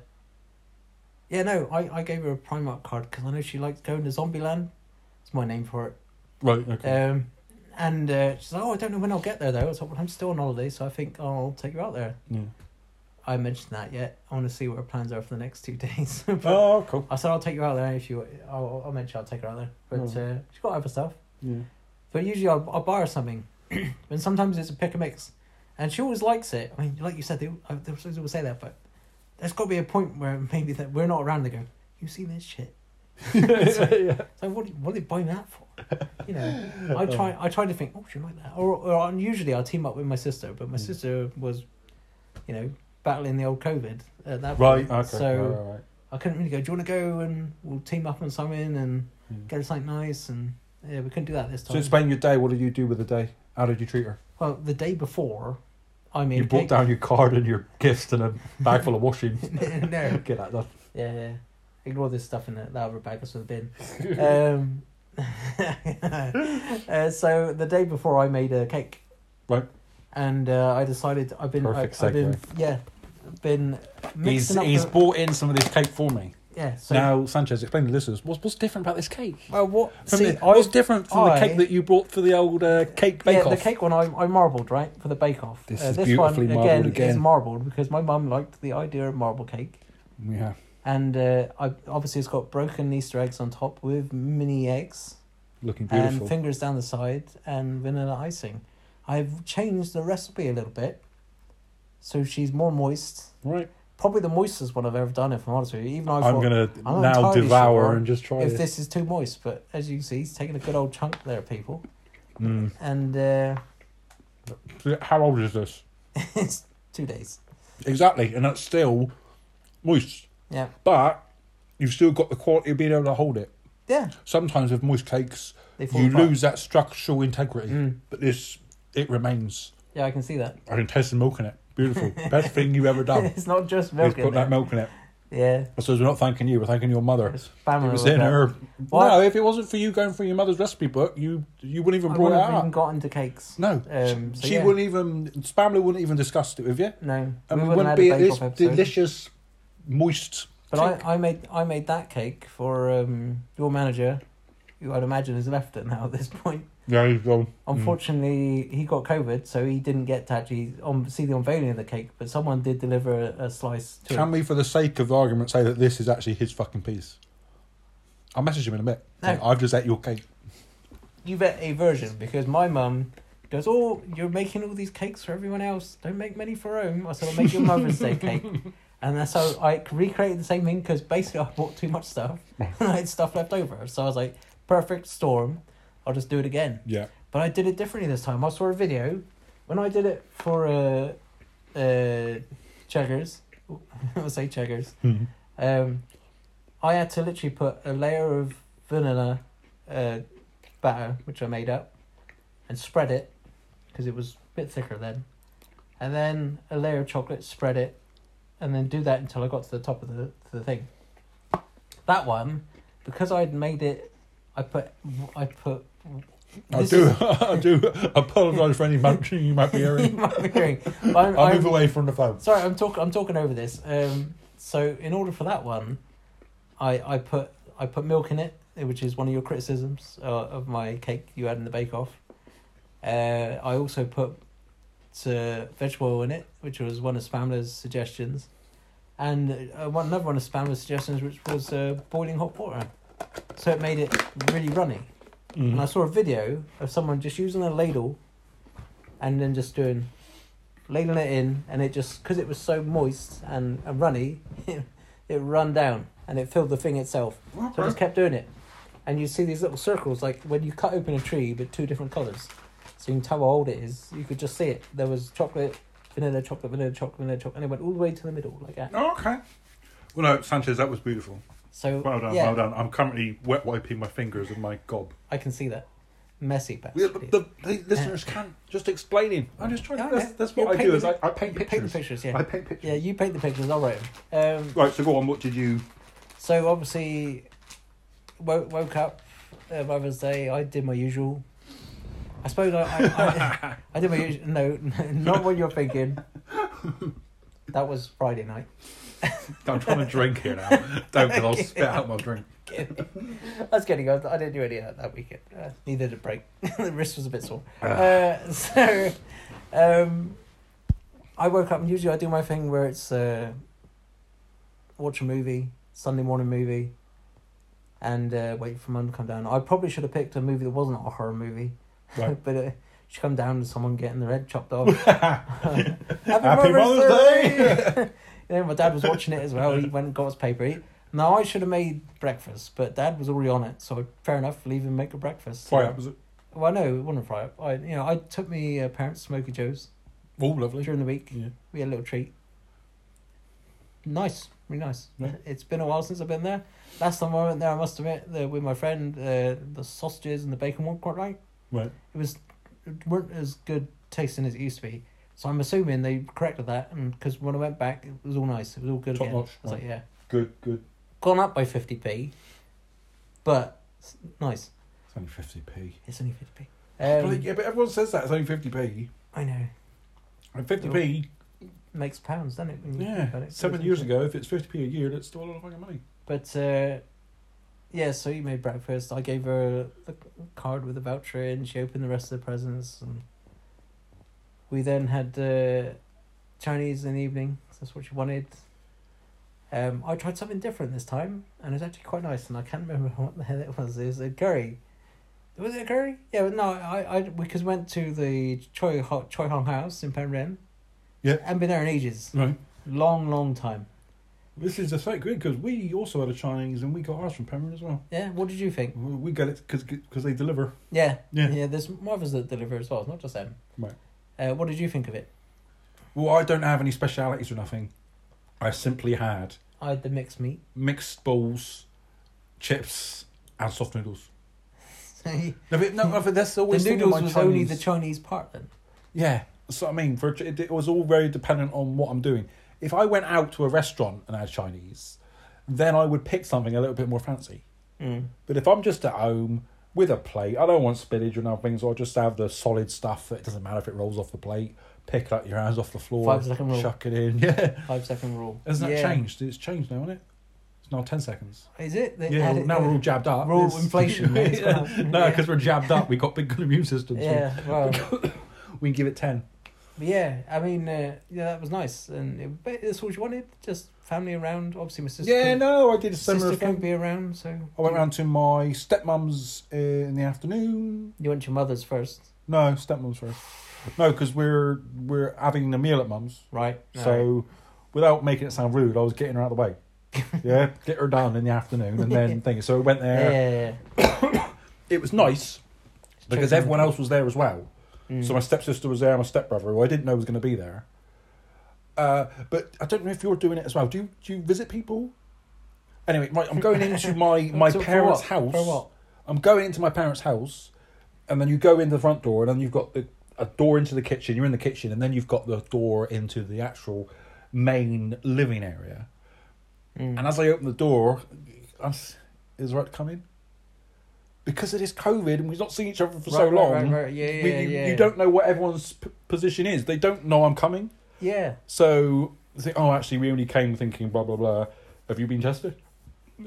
A: yeah, no, I, I gave her a Primark card because I know she likes going to Zombieland. It's my name for it.
B: Right. Okay.
A: Um, and uh, she's like, oh, I don't know when I'll get there though. I was like, well, I'm still on holiday, so I think I'll take you out there.
B: yeah.
A: I haven't mentioned that yet. I want to see what her plans are for the next two [laughs] days. But
B: Oh, cool.
A: I said I'll take you out there if you. I'll, I'll mention I'll take her out there, but
B: Mm.
A: uh, she's got other stuff.
B: Yeah.
A: But usually I'll, I'll buy her something, [clears throat] and sometimes it's a pick and mix, and she always likes it. I mean, like you said, they, I, they always say that, but there's got to be a point where maybe that we're not around. They go, "You seen this shit?
B: yeah.
A: [laughs] So what, what are they buying that for? You know,
B: [laughs]
A: I try I try to think, oh, she might like that. Or, or and usually I'll team up with my sister, but my
B: Mm.
A: sister was, you know, battling the old COVID at that
B: Right.
A: point.
B: Okay.
A: So
B: right, right, right.
A: I couldn't really go, do you want to go and we'll team up on something and
B: Mm.
A: get us something nice? And yeah, we couldn't do that this
B: So
A: time.
B: explain your day. What did you do with the day? How did you treat her?
A: well, the day before, I made
B: You
A: a
B: brought
A: cake.
B: down your card and your gift and a bag full of washing.
A: [laughs] no.
B: Get that done.
A: Yeah, yeah. Ignore this stuff in that that other bag that's in the
B: [laughs]
A: bin. um, [laughs] uh, so the day before, I made a cake.
B: Right.
A: And uh, I decided I've been I,
B: Perfect
A: I've been yeah, been
B: He's
A: mixing up.
B: he's
A: the-
B: bought in some of this cake for me.
A: yeah. So
B: now Sanchez, explain to listeners what's what's different about this cake.
A: well, what?
B: From
A: see,
B: the, what's different from
A: I-
B: the cake that you brought for the old uh, cake bake
A: yeah,
B: off?
A: the cake one I, I marbled right for the bake off.
B: This
A: uh,
B: is
A: this
B: beautifully
A: one
B: marbled
A: again, is
B: again.
A: marbled because my mum liked the idea of marble cake,
B: Yeah.
A: and uh, I obviously it's got broken Easter eggs on top with mini eggs.
B: Looking beautiful.
A: and fingers down the side and vanilla icing. I've changed the recipe a little bit, so she's more moist.
B: right.
A: Probably the moistest one I've ever done, if I'm honest with you. Even I
B: I'm
A: thought,
B: gonna
A: I'm not
B: now
A: entirely
B: devour
A: sure
B: and just try
A: if
B: it.
A: this is too moist, but as you can see, he's taking a good old chunk there, people.
B: Mm.
A: And uh, [laughs]
B: How old is this?
A: it's two days.
B: Exactly, and that's still moist,
A: Yeah,
B: but you've still got the quality of being able to hold it.
A: yeah.
B: Sometimes with moist cakes,
A: They fall
B: you
A: apart.
B: lose that structural integrity,
A: Mm.
B: but this it remains.
A: Yeah, I can see that.
B: I can taste the milk in it.
A: [laughs]
B: Beautiful, best thing you've ever done.
A: it's not just
B: He's
A: milk.
B: put
A: In there.
B: that milk in it.
A: Yeah,
B: I suppose we're not thanking you, we're thanking your mother.
A: it's family.
B: It was in her.
A: Well,
B: No, if it wasn't for you going through your mother's recipe book, you you wouldn't even
A: I
B: brought it
A: wouldn't have
B: up.
A: even got into cakes.
B: No,
A: Um, so
B: she
A: yeah.
B: wouldn't even. Family wouldn't even discuss it with you.
A: No,
B: And
A: we
B: we
A: wouldn't
B: wouldn't
A: have
B: be
A: had a
B: at this
A: bake-off episode.
B: delicious, moist.
A: But
B: cake.
A: I, I made I made that cake for um, your manager, who I'd imagine has left it now at this point.
B: Yeah, he's gone.
A: Unfortunately, he got COVID, so he didn't get to actually on, see the unveiling of the cake. But someone did deliver a, a slice to
B: Can
A: him.
B: we, for the sake of argument, say that this is actually his fucking piece? I'll message him in a bit.
A: No.
B: I've just ate your cake.
A: You bet a version because my mum goes, "Oh, you're making all these cakes for everyone else. Don't make many for home." I said, "I'll make your Mother's Day cake." And that's how I recreated the same thing because basically I bought too much stuff and I had stuff left over. So I was like, "Perfect storm. I'll just do it again."
B: Yeah.
A: But I did it differently this time. I saw a video when I did it for uh, uh, checkers. [laughs] I'll say checkers.
B: Hmm.
A: Um, I had to literally put a layer of vanilla uh, batter, which I made up, and spread it because it was a bit thicker then. And then a layer of chocolate, spread it, and then do that until I got to the top of the, to the thing. That one, because I'd made it, I put I put.
B: I
A: this
B: do.
A: is-
B: [laughs] I do. Apologise for any munching
A: [laughs]
B: you might be
A: You
B: hearing. [laughs]
A: might be hearing. But I'm,
B: I'll
A: I'm,
B: move away from the phone.
A: sorry, I'm talking. I'm talking over this. Um, so in order for that one, I I put I put milk in it, which is one of your criticisms uh, of my cake you had in the bake off. Uh, I also put uh, vegetable oil in it, which was one of Spamler's suggestions, and uh, one another one of Spamler's suggestions, which was uh, boiling hot water. So it made it really runny
B: Mm.
A: and I saw a video of someone just using a ladle and then just doing ladling it in and it just because it was so moist and, and runny [laughs] it, run down and it filled the thing itself so I just kept doing it and you see these little circles like when you cut open a tree with two different colours so you can tell how old it is you could just see it there was chocolate vanilla chocolate vanilla chocolate vanilla chocolate and it went all the way to the middle like that
B: Oh, okay. Well, no, Sanchez, that was beautiful.
A: so
B: Well done,
A: yeah
B: well done. I'm currently wet wiping my fingers with my gob.
A: I can see that messy
B: Yeah,
A: bastard.
B: but the, the listeners
A: Uh,
B: can just explaining. I'm just trying.
A: Yeah,
B: to that's,
A: yeah.
B: that's
A: You
B: what I
A: paint
B: do.
A: the-
B: Is I, I paint
A: You paint the
B: pictures.
A: pictures yeah
B: I paint pictures.
A: Yeah, you paint the pictures. I'll write 'em. Um,
B: Right. So go on. What did you?
A: so obviously, woke woke up uh, Mother's Day. I did my usual. I suppose I I, I, I did my usual. No, [laughs] not what you're thinking. That was Friday night. [laughs]
B: I'm trying to drink here now. Don't, because I'll spit out my drink.
A: That's kidding. I, I didn't do any of that that weekend. Uh, neither did break. [laughs] the wrist was a bit sore. Uh, [laughs] so, um, I woke up and usually I do my thing where it's uh, watch a movie, Sunday morning movie, and uh, wait for mum to come down. I probably should have picked a movie that wasn't a horror movie,
B: [laughs] Right.
A: but uh, she come down and someone getting their head chopped
B: [laughs]
A: off. uh, Happy,
B: Mother's Day!
A: [laughs] you know, my dad was watching it as well. He went and got his paper. He, Now I should have made breakfast, but Dad was already on it, so fair enough. Leave him make a breakfast.
B: Fry up, was it?
A: Well, no, it wasn't a fry up. I, you know, I took me uh, parents Smoky Joe's
B: Oh, lovely.
A: during the week.
B: Yeah.
A: We had a little treat. Nice, really nice.
B: Yeah.
A: It's been a while since I've been there. Last time I went there, I must admit, the, with my friend, uh, the sausages and the bacon weren't quite right.
B: Right.
A: It was it weren't as good tasting as it used to be. So I'm assuming they corrected that, and because when I went back, it was all nice. It was all good
B: Top
A: again.
B: notch,
A: I was
B: right.
A: like, yeah,
B: Good, good.
A: gone up by fifty p, but it's nice.
B: It's only 50p.
A: It's only fifty p.
B: Bloody-
A: Um,
B: yeah, but everyone says that it's only 50p.
A: I know.
B: And 50p,
A: Makes pounds, doesn't it? when you think
B: yeah,
A: about it?
B: seven
A: Doesn't
B: years
A: it?
B: ago, if mm, it's 50p a year, that's still a lot of fucking money.
A: But uh, yeah, so you made breakfast. I gave her the card with the voucher in. She opened the rest of the presents, and we then had uh, Chinese in the evening. So that's what she wanted. Um, I tried something different this time, and it's actually quite nice. And I can't remember [laughs] what the hell it was. It was a curry. Was it a curry? Yeah, but no, I, I because went to the Choi Ho, Choi Hong House in Penryn.
B: Yeah.
A: and been there in ages,
B: Right.
A: long, long time.
B: This is a slight grid because we also had a Chinese and we got ours from Penryn as well.
A: Yeah, what did you think?
B: We we got it because they deliver.
A: Yeah.
B: Yeah.
A: Yeah, there's more of us that deliver as well, it's not just them.
B: Right.
A: Uh, what did you think of it?
B: Well, I don't have any specialities or nothing. I simply had
A: I had the mixed meat. [laughs]
B: mixed bowls, chips, and soft noodles.
A: the
B: No,
A: [laughs]
B: but, no, but that's always thing with
A: noodles
B: my
A: was only the
B: Chinese-
A: Chinese part then.
B: Yeah, that's what I mean. For a, Ch- it, it was all very dependent on what I'm doing. If I went out to a restaurant and had Chinese, then I would pick something a little bit more fancy.
A: Mm.
B: But if I'm just at home with a plate, I don't want spinach and other things. I'll just have the solid stuff that it doesn't matter if it rolls off the plate. Pick it up your hands off the floor,
A: Five second rule.
B: chuck it in. [laughs] Yeah,
A: Five second rule.
B: hasn't that
A: Yeah.
B: changed? It's changed now, isn't it? It's now ten seconds.
A: Is it? They
B: Yeah,
A: added-
B: now we're all jabbed
A: [laughs]
B: up.
A: We're all
B: It's- [laughs]
A: inflation, mate, it's
B: yeah.
A: gone up.
B: No,
A: Yeah.
B: because we're jabbed up. We got big immune systems. so
A: Yeah, well,
B: we can give it ten.
A: but yeah. I mean, uh, yeah, that was nice, and it, but that's what you wanted. Just family around. Obviously, my sister.
B: yeah,
A: couldn't-
B: no, I did a similar
A: sister
B: thing.
A: couldn't be around, so
B: I went round to my stepmom's uh, in the afternoon.
A: You went to your mother's first,
B: No, stepmom's first. No, because we're we're having a meal at mum's.
A: right? Alright.
B: So, without making it sound rude, I was getting her out of the way. yeah, get her done in the afternoon, and then thing. So we went
A: yeah,
B: there.
A: yeah, yeah.
B: It was nice because
A: Chicken.
B: everyone else was there as well.
A: Mm.
B: So my stepsister was there, my stepbrother, who I didn't know was going to be there. Uh, but I don't know if you're doing it as well. Do you, do you visit people? Anyway, right, I'm
A: [laughs]
B: going into my, my
A: So for
B: parents'
A: what?
B: house.
A: For what?
B: I'm going into my parents' house, and then you go in the front door, and then you've got the, a door into the kitchen. You're in the kitchen, and then you've got the door into the actual main living area.
A: Mm.
B: And as I open the door, I s- is right to come in because it is COVID, and we've not seen each other for so
A: Right, right,
B: long.
A: right, right. Yeah,
B: we-
A: yeah,
B: you,
A: yeah.
B: you don't know what everyone's p- position is. They don't know I'm coming,
A: Yeah.
B: so they think, oh, actually, we only came thinking blah blah blah. Have you been tested?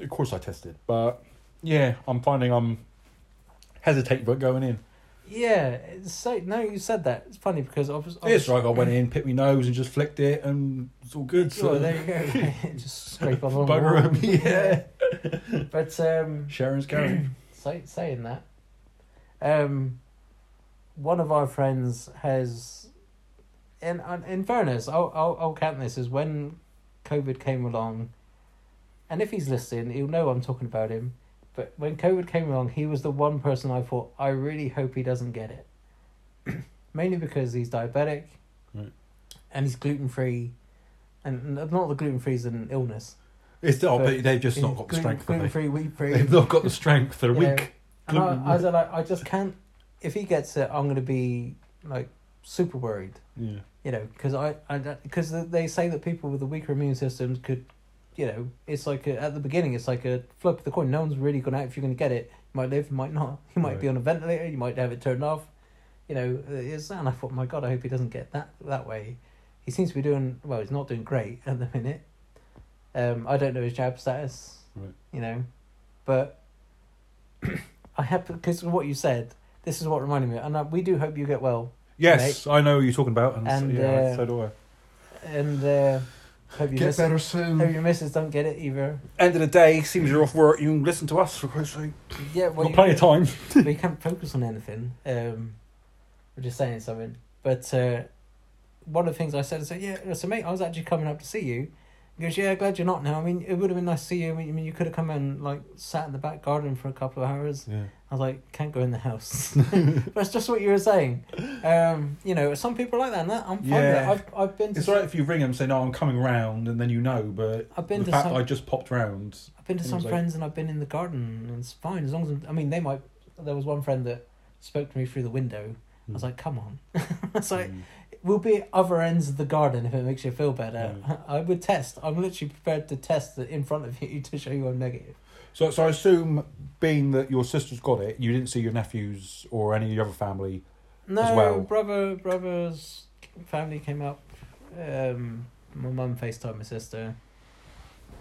B: Of course, I tested, but yeah, I'm finding I'm hesitating about going in.
A: Yeah, it's so no, you said that. It's funny because I was. I
B: It's
A: was-
B: like I went in, picked my nose, and just flicked it, and it's all good.
A: Oh,
B: So
A: there you go. [laughs]
B: [laughs]
A: Just scrape on along the
B: bugger
A: wall.
B: 'em, yeah.
A: [laughs] But um, [clears throat]
B: Sharon's going.
A: say, saying that, um, one of our friends has, in in- in fairness, I'll I'll, I'll count this as when COVID came along, and if he's listening, he'll know I'm talking about him. But when COVID came along, he was the one person I thought I really hope he doesn't get it, [clears throat] mainly because he's diabetic,
B: Right.
A: and he's gluten free, and and not the gluten free is an illness.
B: It's oh, but
A: But
B: they've just not got the strength.
A: Gluten
B: Have they?
A: free, wheat
B: [laughs]
A: free.
B: They've not got the strength. They're
A: Yeah.
B: weak.
A: And I, I was
B: Gluten-
A: like, I just can't. If he gets it, I'm gonna be like super worried.
B: Yeah.
A: You know, because I, I, because they say that people with a weaker immune systems could, you know, it's like a, at the beginning, it's like a flip of the coin. No one's really gonna if you're gonna get it. You might live, you might not. [laughs] You might be
B: Right.
A: on a ventilator. You might have it turned off. You know, it's and I thought, my God, I hope he doesn't get that that way. He seems to be doing well. He's not doing great at the minute. Um, I don't know his jab status.
B: Right.
A: You know, but [clears throat] I have because of what you said. This is what reminded me, and uh, we do hope you get well,
B: Yes, I know what you're talking about, and, so-
A: And,
B: yeah,
A: uh,
B: so do I.
A: and uh, hope you miss.
B: better soon.
A: Hope your missus don't get it either.
B: End of the day, seems you're off work. You can listen to us for Christ's sake.
A: Yeah, well,
B: got plenty of
A: [laughs]
B: time.
A: we can't focus on anything. Um, we're just saying something. But uh, one of the things I said is, yeah, so mate, I was actually coming up to see you, He goes, yeah, glad you're not now. I mean, it would have been nice to see you. I mean, I mean, you could have come and like sat in the back garden for a couple of hours.
B: Yeah.
A: I was like, can't go in the
B: [laughs]
A: house. [laughs] That's just what you were saying. Um, you know, some people are like that. And that I'm fine
B: Yeah.
A: with it. I've I've been to
B: It's all right if you ring them and say, no, I'm coming round, and then you know, but
A: I've been
B: the
A: to
B: fact
A: some-
B: I just popped round.
A: I've been to
B: And it
A: some
B: was like-
A: friends and I've been in the garden and it's fine as long as I'm, I mean they might. There was one friend that spoke to me through the window. I
B: Hmm.
A: was like, come on. [laughs] it's like
B: Mm.
A: we'll be at other ends of the garden if it makes you feel better.
B: Yeah.
A: [laughs] I would test. I'm literally prepared to test it in front of [laughs] you to show you I'm negative.
B: So, so I assume, being that your sister's got it, you didn't see your nephews or any of your other family.
A: No,
B: As well.
A: brother, brothers, family came up. Um, my mum FaceTimed my sister,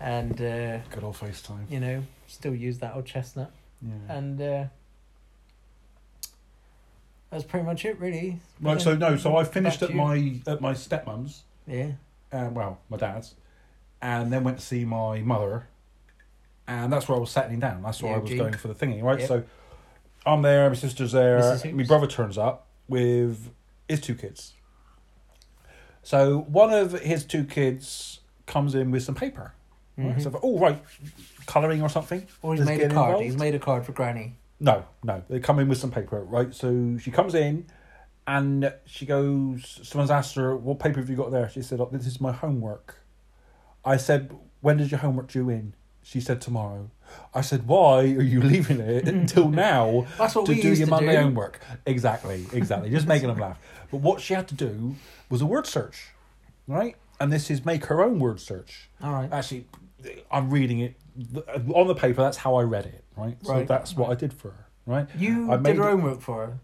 A: and uh,
B: Good old FaceTime.
A: you know still use that old chestnut.
B: Yeah.
A: and uh, that's pretty much it, really.
B: Right, so no, so I finished
A: Back
B: at
A: to you.
B: my at my stepmum's.
A: yeah,
B: uh, well, my dad's, and then went to see my mother, and that's where I was settling down. That's where
A: Yeah,
B: I was
A: Jean.
B: going for the thingy, right?
A: Yep.
B: So I'm there, my sister's there,
A: Mrs. Hoops.
B: my brother turns up with his two kids. So one of his two kids comes in with some paper. Right?
A: Mhm.
B: So, oh, right, colouring or something.
A: or he's
B: Let's
A: made a
B: get
A: card.
B: involved.
A: He's made a card for Granny.
B: No, no. They come in with some paper, right? So she comes in and she goes, someone's asked her, What paper have you got there? She said, oh, This is my homework. I said, When does your homework due in? She said, Tomorrow. I said, Why are you [laughs] leaving
A: [laughs]
B: it until now
A: That's what
B: to
A: we
B: do
A: used
B: your
A: to
B: Monday
A: do.
B: homework? Exactly, exactly. Just making
A: [laughs]
B: them laugh. But what she had to do was a word search, right? And this is make her own word search
A: All right.
B: actually i'm reading it on the paper that's how i read it right so
A: Right.
B: that's what i did for her right
A: you
B: I
A: did
B: made
A: your
B: it-
A: own work for her.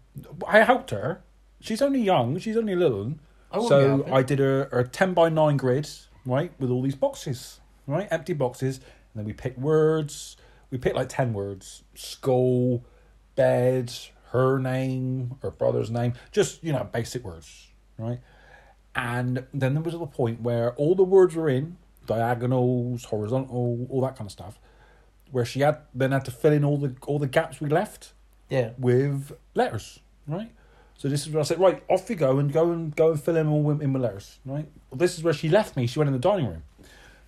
B: i helped her she's only young she's only little
A: I wouldn't be
B: so
A: helping.
B: i did a, a 10 by 9 grid right with all these boxes right empty boxes and then we picked words we picked like 10 words school bed her name her brother's name just you know basic words right and then there was a point where all the words were in diagonals, horizontal, all that kind of stuff, where she had then had to fill in all the all the gaps we left
A: Yeah.
B: with letters, right? So this is where I said, right, off you go and go and go and fill in all in in with letters, right? Well, this is where she left me. She went in the dining room,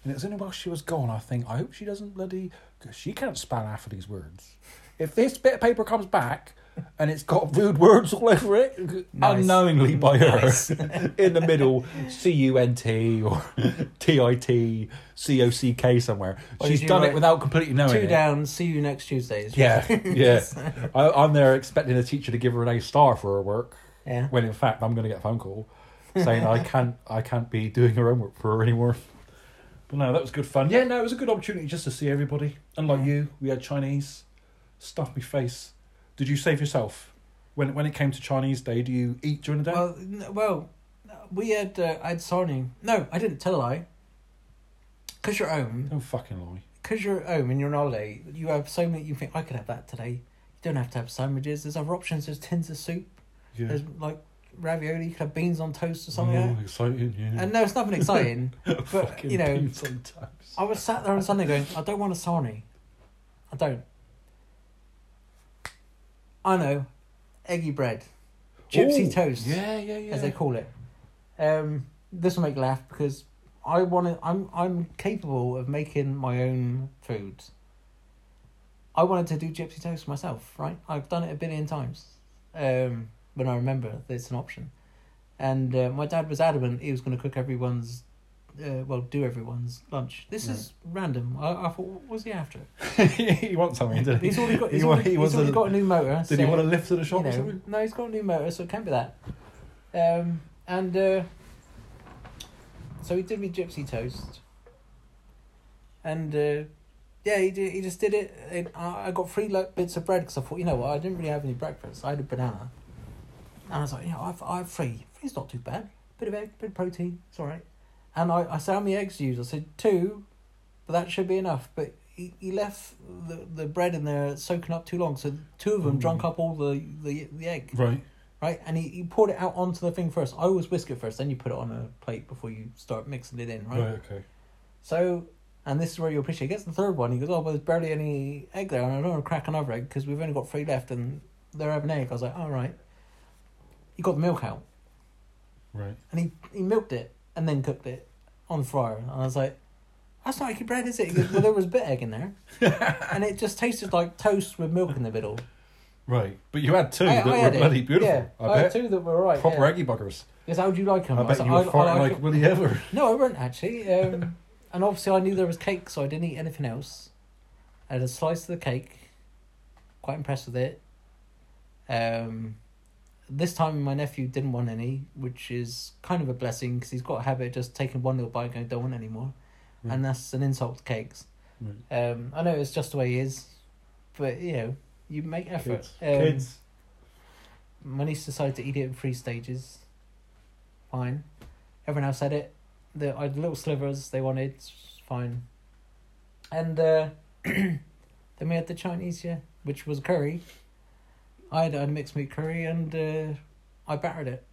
B: and it was only while she was gone. I think I hope she doesn't bloody because she can't spell half of these words. If this bit of paper comes back and it's got rude words all over it,
A: Nice.
B: unknowingly by her,
A: Nice.
B: [laughs] in the middle, C U N T or T I T C O C K somewhere.
A: Or
B: She's
A: did you
B: done it
A: write
B: without completely knowing.
A: Two
B: it.
A: down. See you next Tuesday. is- [laughs]
B: Oh, [laughs] Yeah, yeah. I, I'm there expecting a teacher to give her an A star for her work,
A: Yeah.
B: when in fact I'm going to get a phone call saying I can't, I can't be doing her own work for her anymore. But no, that was good fun. Yeah, no, it was a good opportunity just to see everybody. Unlike
A: Yeah.
B: you, we had Chinese. Stuff me face. Did you save yourself when when it came to Chinese Day? Do you eat during the day?
A: Well, n- well, we had uh, I had Sarnie. No, I didn't tell a lie. Cause you're home.
B: Don't fucking lie.
A: because you're at home and you're on holiday, you have so many. You think I could have that today. You don't have to have sandwiches. There's other options. There's tins of soup.
B: Yeah.
A: There's like ravioli. You could have beans on toast or something. like
B: Oh,
A: that.
B: exciting, yeah.
A: And no, it's nothing
B: [laughs]
A: exciting. but
B: Fucking
A: you know,
B: beans on toast.
A: I was sat there on Sunday going, I don't want a sarnie. I don't. I know, eggy bread, gypsy
B: Ooh,
A: toast,
B: Yeah, yeah, yeah.
A: as they call it. Um, this will make you laugh because I want to. I'm I'm capable of making my own food. I wanted to do gypsy toast myself, right? I've done it a billion times. Um, when I remember that it's an option, and uh, my dad was adamant he was going to cook everyone's, uh, well, do everyone's lunch. This is random. I, I thought, what was he
B: [laughs]
A: after?
B: he wants something, didn't he?
A: He's already got. He's
B: He wa-
A: already,
B: he
A: he's
B: wants
A: already
B: a-
A: got a new motor.
B: Did he
A: so-
B: want to lift to the shop
A: you
B: or
A: know.
B: something?
A: No, he's got a new motor, so it can be that. Um, and uh, so he did me gypsy toast. And uh, yeah, he did, he just did it. And I, I got three like, bits of bread because I thought, you know what, I didn't really have any breakfast. I had a banana, and I was like, you know, I've I have three. Three's not too bad. Bit of egg, bit of protein. It's all right. And I, I said, how many eggs do you use? I said two, but that should be enough. But he, he left the, the bread in there soaking up too long, so two of them
B: Mm.
A: drunk up all the, the, the egg
B: Right.
A: right? And he, he poured it out onto the thing first. I always whisk it first, then you put it on a plate before you start mixing it in, right?
B: right, okay.
A: So, and this is where you appreciate. He gets the third one. He goes, "Oh, well, there's barely any egg there, and I don't want to crack another egg because we've only got three left, and they're having egg." I was like, "All right." He got the milk out,
B: Right.
A: and he he milked it, and then cooked it on the fryer, and I was like, that's not eggy bread, is it? He goes, well, there was a bit of egg in
B: [laughs]
A: there. and it just tasted like toast with milk in the middle.
B: Right, but you had two
A: I-
B: that
A: I
B: were
A: had it.
B: bloody beautiful.
A: Yeah,
B: I,
A: I had
B: bet
A: two that were right.
B: proper
A: yeah.
B: eggy buggers.
A: Yes, how do you like them?
B: I bet
A: said,
B: you were farting
A: like
B: like
A: [laughs]
B: Willie Ever.
A: it. No, I weren't actually. Um, [laughs] and obviously, I knew there was cake, so I didn't eat anything else. I had a slice of the cake. Quite impressed with it. Um, this time, my nephew didn't want any, which is kind of a blessing because he's got a habit of just taking one little bite and going, don't want any more.
B: Mm.
A: And that's an insult to cakes. Um, I know it's just the way he is, but you know, you make effort.
B: Kids,
A: Um,
B: kids.
A: my niece decided to eat it in three stages. Fine. Everyone else had it. The I had little slivers they wanted. Fine. And uh, [clears throat] then we had the Chinese, yeah, which was curry. I had, I had mixed meat curry and uh, I battered it.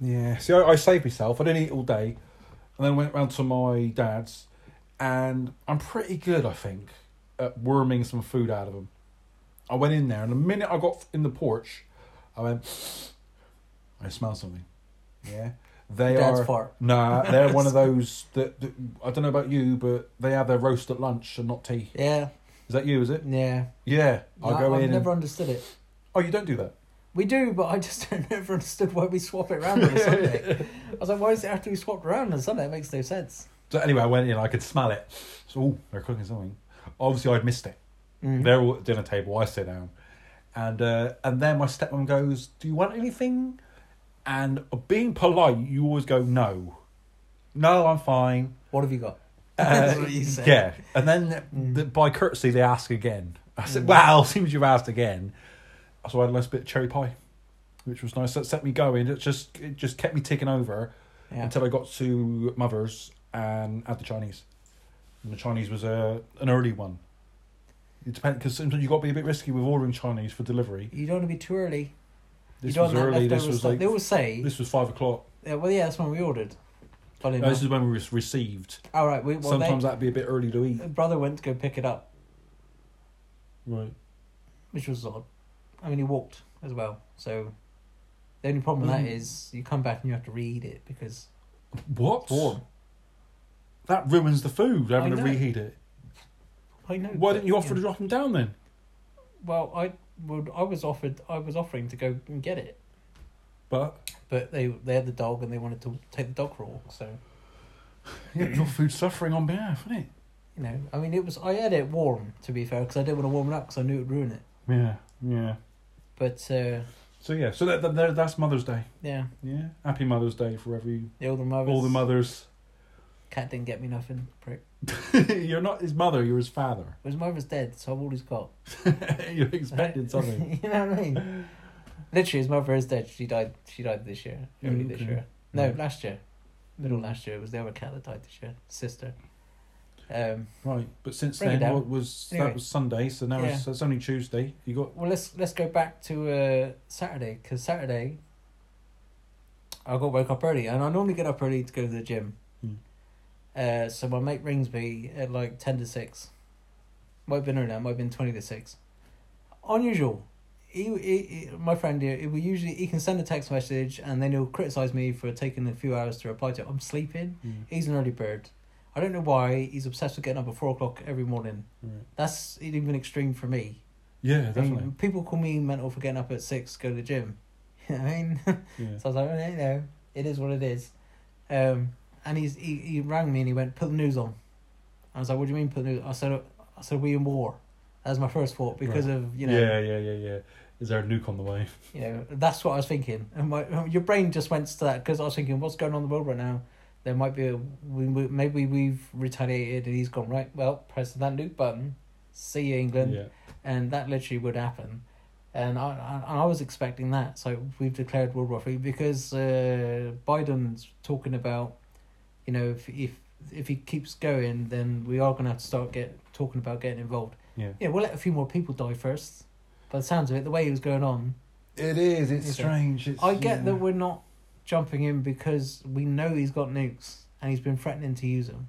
B: Yeah. See, I, I saved myself. I didn't eat all day, and then went round to my dad's, and I'm pretty good, I think, at worming some food out of him. I went in there, and the minute I got in the porch, I went. [sighs] I smell something. Yeah. They
A: Dad's
B: are.
A: fart.
B: Nah, they're
A: [laughs]
B: one of those that, that I don't know about you, but they have their roast at lunch and not tea.
A: Yeah,
B: Is that you? Is it?
A: yeah.
B: Yeah, I'll
A: No,
B: go
A: I've
B: in.
A: never
B: And,
A: understood it.
B: oh, you don't do that.
A: We do, but I just [laughs] don't ever understood why we swap it around
B: [laughs]
A: on a Sunday. I was like, why does it have to be swapped around on a Sunday? It makes no sense.
B: So anyway, I went in. I could smell it. So ooh, they're cooking something. Obviously, I'd missed it.
A: Mm.
B: They're all at the dinner table. I sit down, and uh, and then my stepmom goes, "Do you want anything?" And being polite, you always go, "No, no, I'm fine."
A: What have you
B: [laughs]
A: got?
B: Uh,
A: That's what you said. Mm.
B: Yeah, and then the, by courtesy they ask again. I said, [laughs] "Well, seems you've asked again." So I had a nice bit of cherry pie, which was nice. That set me going. It just it just kept me ticking over
A: Yeah.
B: until I got to Mother's and had the Chinese. And the Chinese was a an early one. It depends because sometimes you got to be a bit risky with ordering Chinese for delivery.
A: You don't want to be too early.
B: This
A: you don't
B: was
A: want that
B: early. This
A: leftover
B: was
A: stuff.
B: like
A: they always say,
B: this was five o'clock.
A: yeah, well, yeah, that's when we ordered. Funny
B: No, this
A: enough.
B: is when we was received.
A: All right, we, well,
B: Sometimes
A: they,
B: that'd be a bit early to eat.
A: brother went to go pick it up,
B: Right.
A: which was odd. I mean, he walked as well, so the only problem
B: Mm.
A: with that is you come back and you have to reheat it because
B: What?
A: it's warm.
B: That ruins the food, having
A: I
B: to
A: know.
B: reheat it.
A: I know.
B: Why
A: but,
B: didn't you offer to
A: know.
B: drop them down then?
A: Well, I would. I was offered. I was offering to go and get it,
B: But
A: but they they had the dog and they wanted to take the dog for a walk. So
B: yeah, your food's suffering on behalf, isn't it?
A: you know, I mean, it was. I had it warm to be fair because I didn't want to warm it up because I knew it would ruin it.
B: Yeah, yeah.
A: But uh,
B: So yeah, so that, that, that- that's Mother's Day.
A: yeah,
B: Yeah, Happy Mother's Day for every
A: the older mothers.
B: all the mothers. [laughs]
A: Cat didn't get me nothing, prick.
B: you're not his mother, you're his father. [laughs]
A: But his mother's dead, so I've always got.
B: you're
A: [laughs]
B: expecting something.
A: you know what I mean? Literally, his mother is dead. She died. She died this year. Early this
B: Oh, Okay.
A: year. No,
B: Right.
A: last year. Middle last year. It was the other cat that died this year. Sister. Um.
B: Right, but since
A: Bring it
B: then,
A: down.
B: what was
A: Anyway.
B: that was Sunday, so now it's, it's only Tuesday. You got
A: Well, let's let's go back to uh, Saturday because Saturday. I got woke up early, and I normally get up early to go to the gym.
B: Hmm.
A: Uh, so my mate rings me at like ten to six. Might have been earlier. Might have been twenty to six. Unusual. He, he, he- my friend here, he will usually he can send a text message and then he'll criticize me for taking a few hours to reply to. it. I'm sleeping.
B: Hmm.
A: He's an early bird. I don't know why he's obsessed with getting up at four o'clock every morning.
B: Right.
A: That's even extreme for me.
B: yeah,
A: I mean,
B: definitely.
A: people call me mental for getting up at six, to go to the gym. [laughs] You know what I mean? [laughs] so
B: Yeah.
A: I was like, well, you know, it is what it is. Um, and he's he, he rang me and he went, put the news on. I was like, what do you mean put the news? I said, I said, we in war. That was my first thought because of you know,
B: yeah, yeah, yeah, yeah. Is there a nuke on the way?
A: you know, that's what I was thinking. And my your brain just went to that because I was thinking, what's going on in the world right now? There might be a we, we maybe we've retaliated and he's gone right. Well, press that nuke button. See you, England
B: yeah.
A: and that literally would happen. And I, I, I was expecting that. So we've declared World War Three because uh, Biden's talking about, you know, if if if he keeps going, then we are going to have to start get talking about getting involved.
B: Yeah.
A: Yeah, we'll let a few more people die first. By the sounds of it, the way he was going on,
B: It is, it's
A: Is it?
B: strange. It's,
A: I get
B: yeah.
A: that we're not jumping in because we know he's got nukes and he's been threatening to use them.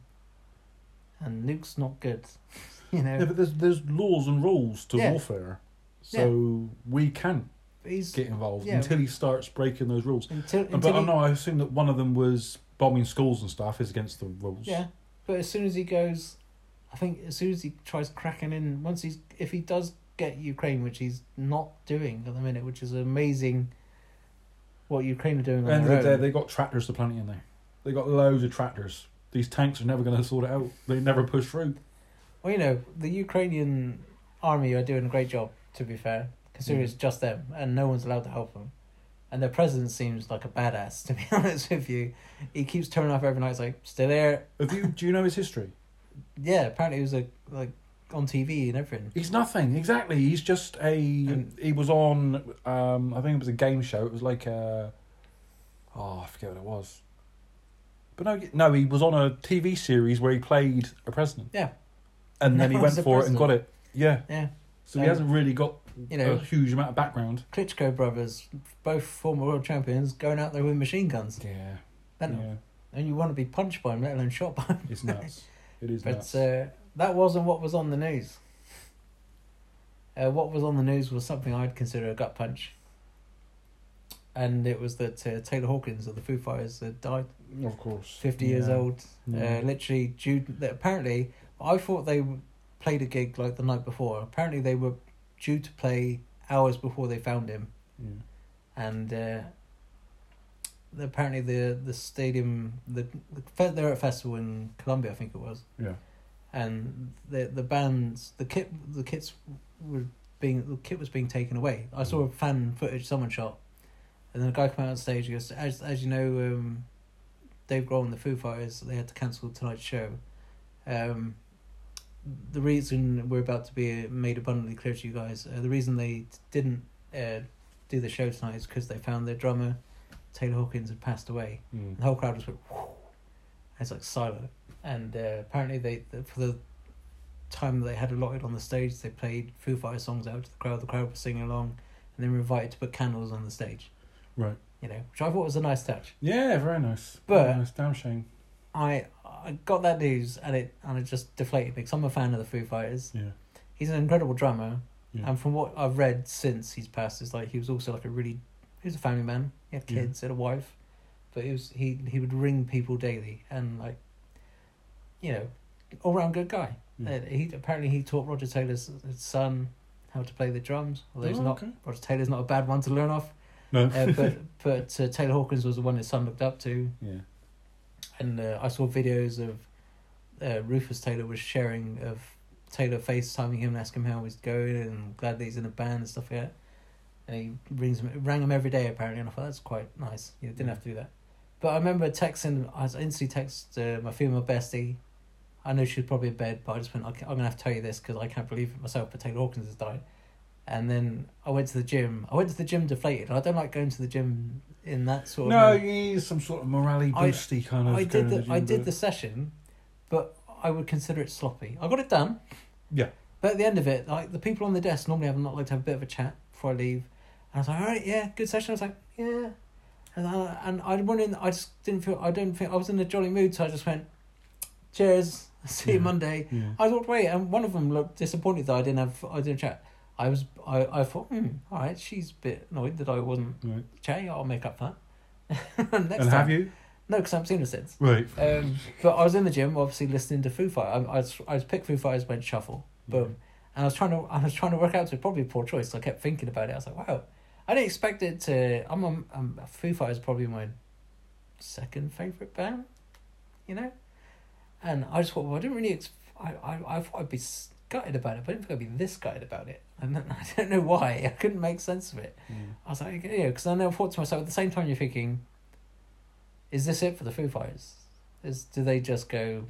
A: And nukes not good, [laughs] you know.
B: Yeah, but there's there's laws and rules to
A: Yeah.
B: warfare, so we can't
A: he's
B: get involved
A: Yeah.
B: until he starts breaking those rules.
A: until, until
B: but I
A: he-
B: know I assume that one of them was bombing schools and stuff is against the rules.
A: Yeah. But as soon as he goes, I think as soon as he tries cracking in, once he's if he does get Ukraine, which he's not doing at the minute, which is amazing. What Ukraine are doing on
B: End of
A: their
B: the day,
A: own.
B: they got tractors to plenty in there. They got loads of tractors. These tanks are never going to sort it out. They never push through.
A: Well, you know, the Ukrainian army are doing a great job, to be fair, considering
B: Mm.
A: it's just them and no one's allowed to help them. And their president seems like a badass, [laughs] to be honest with you. He keeps turning up every night, he's like, still there.
B: Have you? Do you know his history?
A: Yeah, apparently he was like, like on TV and everything.
B: He's nothing exactly. He's just a.
A: And-
B: he was on. Um, I think it was a game show. It was like a. Oh, I forget what it was. But no, no, he was on a TV series where he played a president.
A: Yeah.
B: And then he
A: That
B: went
A: was the
B: for it and got it. Yeah.
A: Yeah.
B: So he
A: So-
B: hasn't really got
A: You know,
B: a huge amount of background.
A: Klitschko brothers, both former world champions, going out there with machine guns.
B: Yeah.
A: And,
B: Yeah.
A: and you want to be punched by him, let alone shot by him. [laughs]
B: It's nuts. It is nuts.
A: But uh, that wasn't what was on the news. [laughs] Uh, what was on the news was something I'd consider a gut punch. And it was that uh, Taylor Hawkins of the Foo Fighters had died,
B: of course.
A: 50 years
B: Yeah. Mm.
A: old.
B: Yeah.
A: Uh, literally, due that apparently, I thought they played a gig like the night before. Apparently, they were due to play hours before they found him.
B: Yeah.
A: And uh, apparently, the, the stadium, the, the, fe- they were at a festival in Colombia, I think it was
B: Yeah.
A: and the the bands the kit the kits were being the kit was being taken away. I saw fan footage someone shot, and then a guy came out on stage. He goes, "As as you know, um, Dave Grohl and the Foo Fighters they had to cancel tonight's show. Um, the reason we're about to be uh, made abundantly clear to you guys, uh, the reason they didn't uh, do the show tonight is because they found their drummer Taylor Hawkins had passed away."
B: Mm.
A: The whole crowd just went, Whoa. And it's like silent. And uh, apparently, they the- for the time that they had allotted on the stage, they played Foo Fighters songs out to the crowd. The crowd was singing along, and they were invited to put candles on the stage.
B: Right.
A: You know, which I thought was a nice touch.
B: Yeah, very nice.
A: But-
B: very nice. damn shame.
A: I I got that news and it and it just deflated me because I'm a fan of the Foo Fighters.
B: Yeah.
A: He's an incredible drummer,
B: Yeah.
A: and from what I've read since he's passed, is like he was also like a really he was a family man. He had
B: Yeah.
A: kids, had a wife, but he was he he would ring people daily and like, you know, all round good guy.
B: Yeah.
A: Uh, he apparently he taught Roger Taylor's his son how to play the drums. Although he's
B: Oh,
A: not
B: okay.
A: Roger Taylor's not a bad one to learn
B: [laughs]
A: off.
B: No.
A: Uh, but but uh, Taylor Hawkins was the one his son looked up to
B: yeah.
A: and uh, I saw videos of uh, Rufus Taylor was sharing of Taylor FaceTiming him and asking him how he's going and glad that he's in a band and stuff like that. And he rings him, rang him every day apparently, and I thought that's quite nice. You didn't have to do that. But I remember texting, I instantly texted uh, my female bestie. I know she was probably in bed, but I just went, "I ca- I'm going to have to tell you this because I can't believe it myself, but Taylor Hawkins has died. And then I went to the gym. I went to the gym deflated. I don't like going to the gym in that sort of
B: No,
A: mood.
B: you need some sort of morality
A: I-
B: boosty kind of.
A: I
B: going
A: did
B: to
A: the,
B: gym,
A: I did
B: but-
A: the session, but I would consider it sloppy. I got it done.
B: Yeah.
A: But at the end of it, like the people on the desk normally have not like to have a bit of a chat before I leave. And I was like, all right, yeah, good session. I was like, yeah. And I, and I went in. I just didn't feel. I don't think I was in a jolly mood, so I just went, cheers, [laughs] see you
B: Yeah.
A: Monday.
B: Yeah.
A: I walked away, and one of them looked disappointed that I didn't have. I didn't chat. I was. I. I thought, hmm, all right, she's a bit annoyed that I wasn't
B: Right.
A: chatting. I'll make up for that. [laughs] Next
B: And have you?
A: No, because I haven't seen her since.
B: Right.
A: Um, but I was in the gym, obviously listening to Foo Fighters. I, I, was, I was picked Foo Fighters, went shuffle, boom, and I was trying to [laughs] I was trying to work out to probably a poor choice. I kept thinking about it. I was like, wow, I didn't expect it to. I'm a, I'm Foo Fighters is probably my second favorite band, you know, and I just thought, well, I didn't really. Ex- I, I I thought I'd be s- gutted about it, but I didn't think I'd be this gutted about it. And then- [laughs] I don't know why. I couldn't make sense of it.
B: Yeah.
A: I was like, yeah, because I then I thought to myself at the same time, you're thinking, is this it for the Foo Fighters? Is do they just go?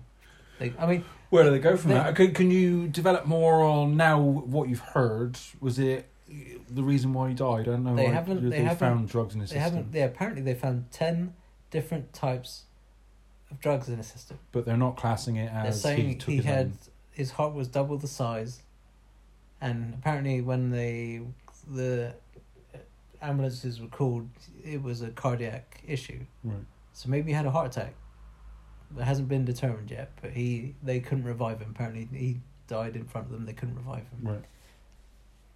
A: They, I mean,
B: Where do they go from
A: They-
B: that? Can, can you develop more on now what you've heard? Was it the reason why he died? I don't know.
A: They
B: like,
A: haven't-
B: if
A: they haven't-
B: found drugs in his
A: they
B: system,
A: haven't. They apparently they found ten different types of drugs in his system.
B: but they're not classing it
A: They're
B: as he
A: saying
B: took
A: he,
B: his
A: had
B: own.
A: his heart was double the size, and apparently when they the uh, ambulances were called, it was a cardiac issue.
B: Right.
A: So maybe he had a heart attack. That hasn't been determined yet, but he they couldn't revive him. Apparently, he died in front of them. They couldn't revive him.
B: Right.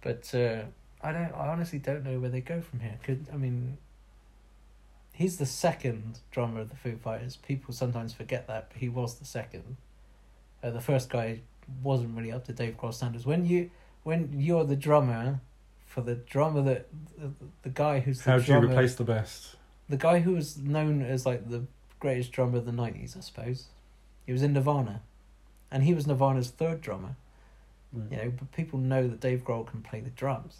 A: But uh, I don't. I honestly don't know where they go from here. Could I mean? He's the second drummer of the Foo Fighters. People sometimes forget that, but he was the second. uh, the first guy wasn't really up to Dave Grohl standards. When you when you're the drummer for the drummer that the, the guy who's the
B: How do you
A: drummer,
B: replace the best?
A: the guy who was known as like the greatest drummer of the nineties, I suppose. He was in Nirvana, and he was Nirvana's third drummer. You know, but people know that Dave Grohl can play the drums,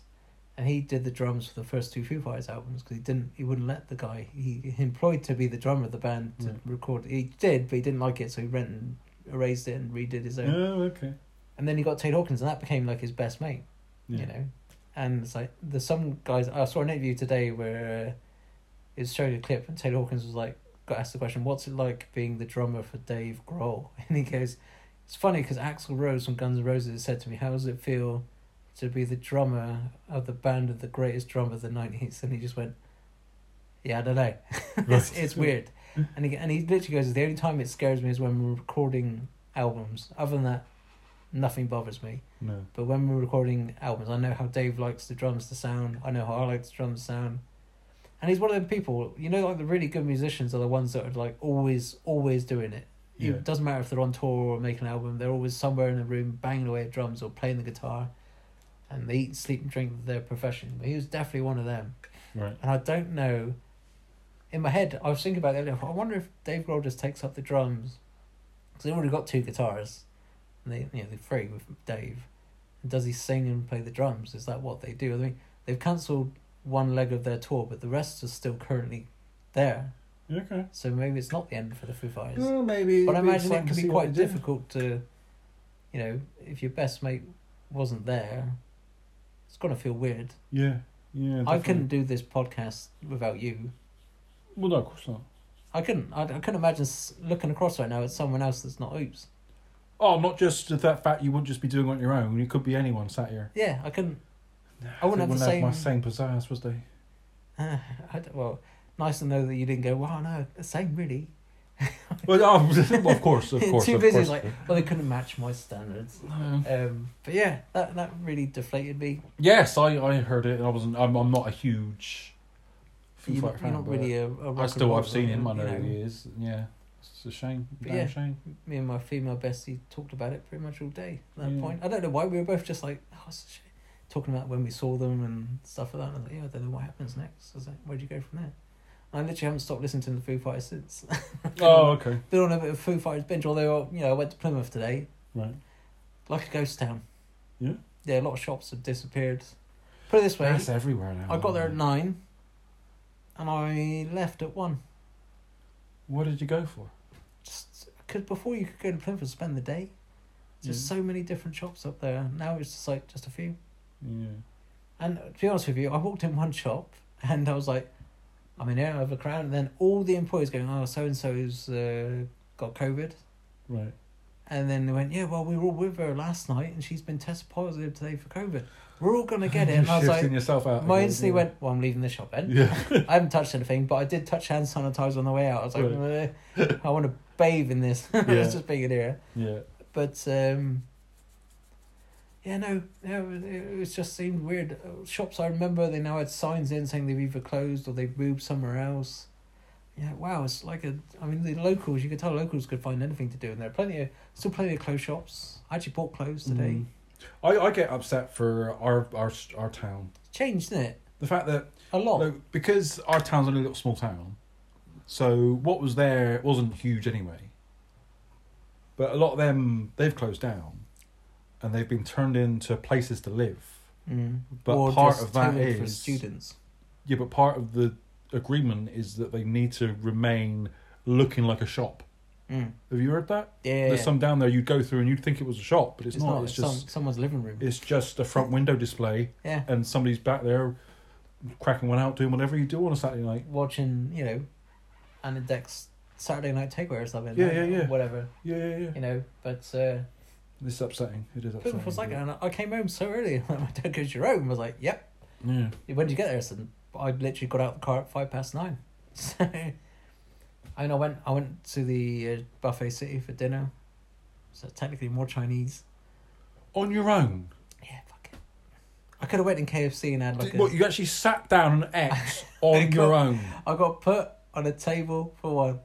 A: and he did the drums for the first two Foo Fighters albums because he didn't. He wouldn't let the guy he employed to be the drummer of the band to
B: Right.
A: record. He did, but he didn't like it, so he went and erased it and redid his own.
B: Oh, okay.
A: And then he got Tate Hawkins, and that became like his best mate
B: Yeah. [laughs]
A: you know. And it's like there's some guys. I saw an interview today where uh, it was showing a clip, and Taylor Hawkins was like, got asked the question, "What's it like being the drummer for Dave Grohl?" [laughs] And he goes, "It's funny because Axl Rose from Guns N' Roses said to me, how does it feel to be the drummer of the band of the greatest drummer of the '90s?" And he just went, "Yeah, I don't know. [laughs] it's,
B: Right.
A: it's weird." And he and he literally goes, "The only time it scares me is when we're recording albums. Other than that, nothing bothers me."
B: No.
A: But when we're recording albums, I know how Dave likes the drums to sound. I know how I like the drums to sound. And he's one of them people, you know, like the really good musicians are the ones that are like always, always doing it.
B: Yeah.
A: It doesn't matter if they're on tour or making an album, they're always somewhere in a room banging away at drums or playing the guitar. And they eat, sleep, and drink their profession. But he was definitely one of them.
B: Right.
A: And I don't know. In my head, I was thinking about it. I wonder if Dave Grohl just takes up the drums, because they already got two guitars, and they you know they're free with Dave. And does he sing and play the drums? Is that what they do? I mean, they've cancelled one leg of their tour, but the rest are still currently there.
B: Okay.
A: So maybe it's not the end for the Foo Fighters.
B: Well, maybe.
A: But I
B: Mm, it'd be
A: imagine it
B: exciting to
A: can be
B: see what
A: quite
B: they do.
A: difficult to, you know, if your best mate wasn't there, it's gonna feel weird.
B: Yeah. Yeah.
A: I
B: definitely.
A: couldn't do this podcast without you.
B: Well, no, of course not.
A: I couldn't. I, I couldn't imagine s- looking across right now at someone else that's not Oops.
B: Oh, not just that fact you wouldn't just be doing it on your own. It could be anyone sat here.
A: Yeah, I couldn't. [sighs] I
B: They
A: wouldn't have the same.
B: my same pizzazz, was they?
A: Uh, I don't- well, nice to know that you didn't go. Well, no, the same really. [laughs]
B: Well, oh, [laughs] of course, of course.
A: Too
B: of
A: busy.
B: course.
A: Like, well,
B: [laughs]
A: they couldn't match my standards.
B: No.
A: Um, but yeah, that that really deflated me.
B: Yes, I, I heard it. and I wasn't. I'm, I'm not a huge Foo
A: You're,
B: Fighter
A: not-
B: fan.
A: you're not
B: but
A: really a. a rock
B: I
A: and
B: still
A: roll
B: I've seen him. I
A: fan,
B: know
A: you
B: who he is. Yeah, it's a shame.
A: But
B: Damn
A: yeah. [laughs]
B: shame.
A: Me and my female bestie talked about it pretty much all day. At that
B: Yeah.
A: point, I don't know why we were both just like, oh, it's a shame." talking about when we saw them and stuff like that. And I was like, yeah, I don't know what happens next. I was like, where do you go from there? And I literally haven't stopped listening to the Foo Fighters since. [laughs]
B: Oh, okay.
A: been on a bit of Foo Fighters binge. Although uh, you know, I went to Plymouth today,
B: Right.
A: like a ghost town.
B: Yeah?
A: Yeah, a lot of shops have disappeared. Put it this way,
B: That's everywhere now.
A: I got there at
B: isn't it?
A: nine, and I left at one.
B: What did you go for?
A: Just because before you could go to Plymouth and spend the day. Just so many different shops up there. Now it's just like just a few.
B: Yeah.
A: And uh, to be honest with you, I walked in one shop and I was like, I'm in here, I have a crown. And then all the employees going, oh, so and so's uh, got COVID.
B: Right.
A: And then they went, yeah, well, we were all with her last night and she's been tested positive today for COVID. We're all going to
B: [laughs]
A: get it. And I was
B: Shifting
A: like,
B: yourself out.
A: my
B: again,
A: instantly
B: yeah.
A: went, well, I'm leaving the shop then.
B: [laughs] Yeah.
A: I haven't touched anything, but I did touch hand sanitizer on the way out. I was like, "Eh, I want to bathe in this. [laughs]
B: Yeah.
A: It's just being in here.
B: yeah.
A: But, um, yeah, no, no, it- it was just seemed weird. Uh, Shops I remember, they now had signs in saying they've either closed or they've moved somewhere else. Yeah, wow, it's like a. I mean, the locals, you could tell locals could find anything to do, and there are plenty of, still plenty of clothes shops. I actually bought clothes today.
B: Mm. I, I get upset for our our our town.
A: Changed, isn't it?
B: The fact that
A: A lot.
B: Look, because our town's only a little small town, so what was there wasn't huge anyway. But a lot of them they've closed down, and they've been turned into places to live.
A: Mm.
B: But
A: Or
B: part
A: just
B: of that
A: tailored for
B: is-
A: students.
B: Yeah, but part of the agreement is that they need to remain looking like a shop.
A: Mm.
B: Have you heard that?
A: Yeah,
B: There's
A: yeah.
B: some down there you'd go through and you'd think it was a shop, but it's, not. It's
A: some-
B: just
A: someone's living room.
B: it's just a front window display,
A: yeah,
B: and somebody's back there cracking one out, doing whatever you do on a Saturday night.
A: watching you know, Anna Deck's Saturday Night Takeaway or something.
B: Yeah,
A: like,
B: yeah, yeah.
A: Whatever
B: Yeah, yeah, yeah.
A: you know, but uh,
B: This is upsetting. It is upsetting.
A: Plymouth was like,
B: yeah.
A: and I came home so early. [laughs] My dad goes, "You're home." I was like, "Yep."
B: Yeah.
A: When did you get there? I said, "I literally got out of the car at five past nine. [laughs] So, and I went, I went to the uh, buffet city for dinner. So technically, more Chinese.
B: On your own.
A: Yeah, fuck it. I could have went in KFC and had like
B: Did-
A: a.
B: What, you actually sat down and
A: [laughs]
B: ate on
A: Got-
B: your own.
A: I got put on a table for one.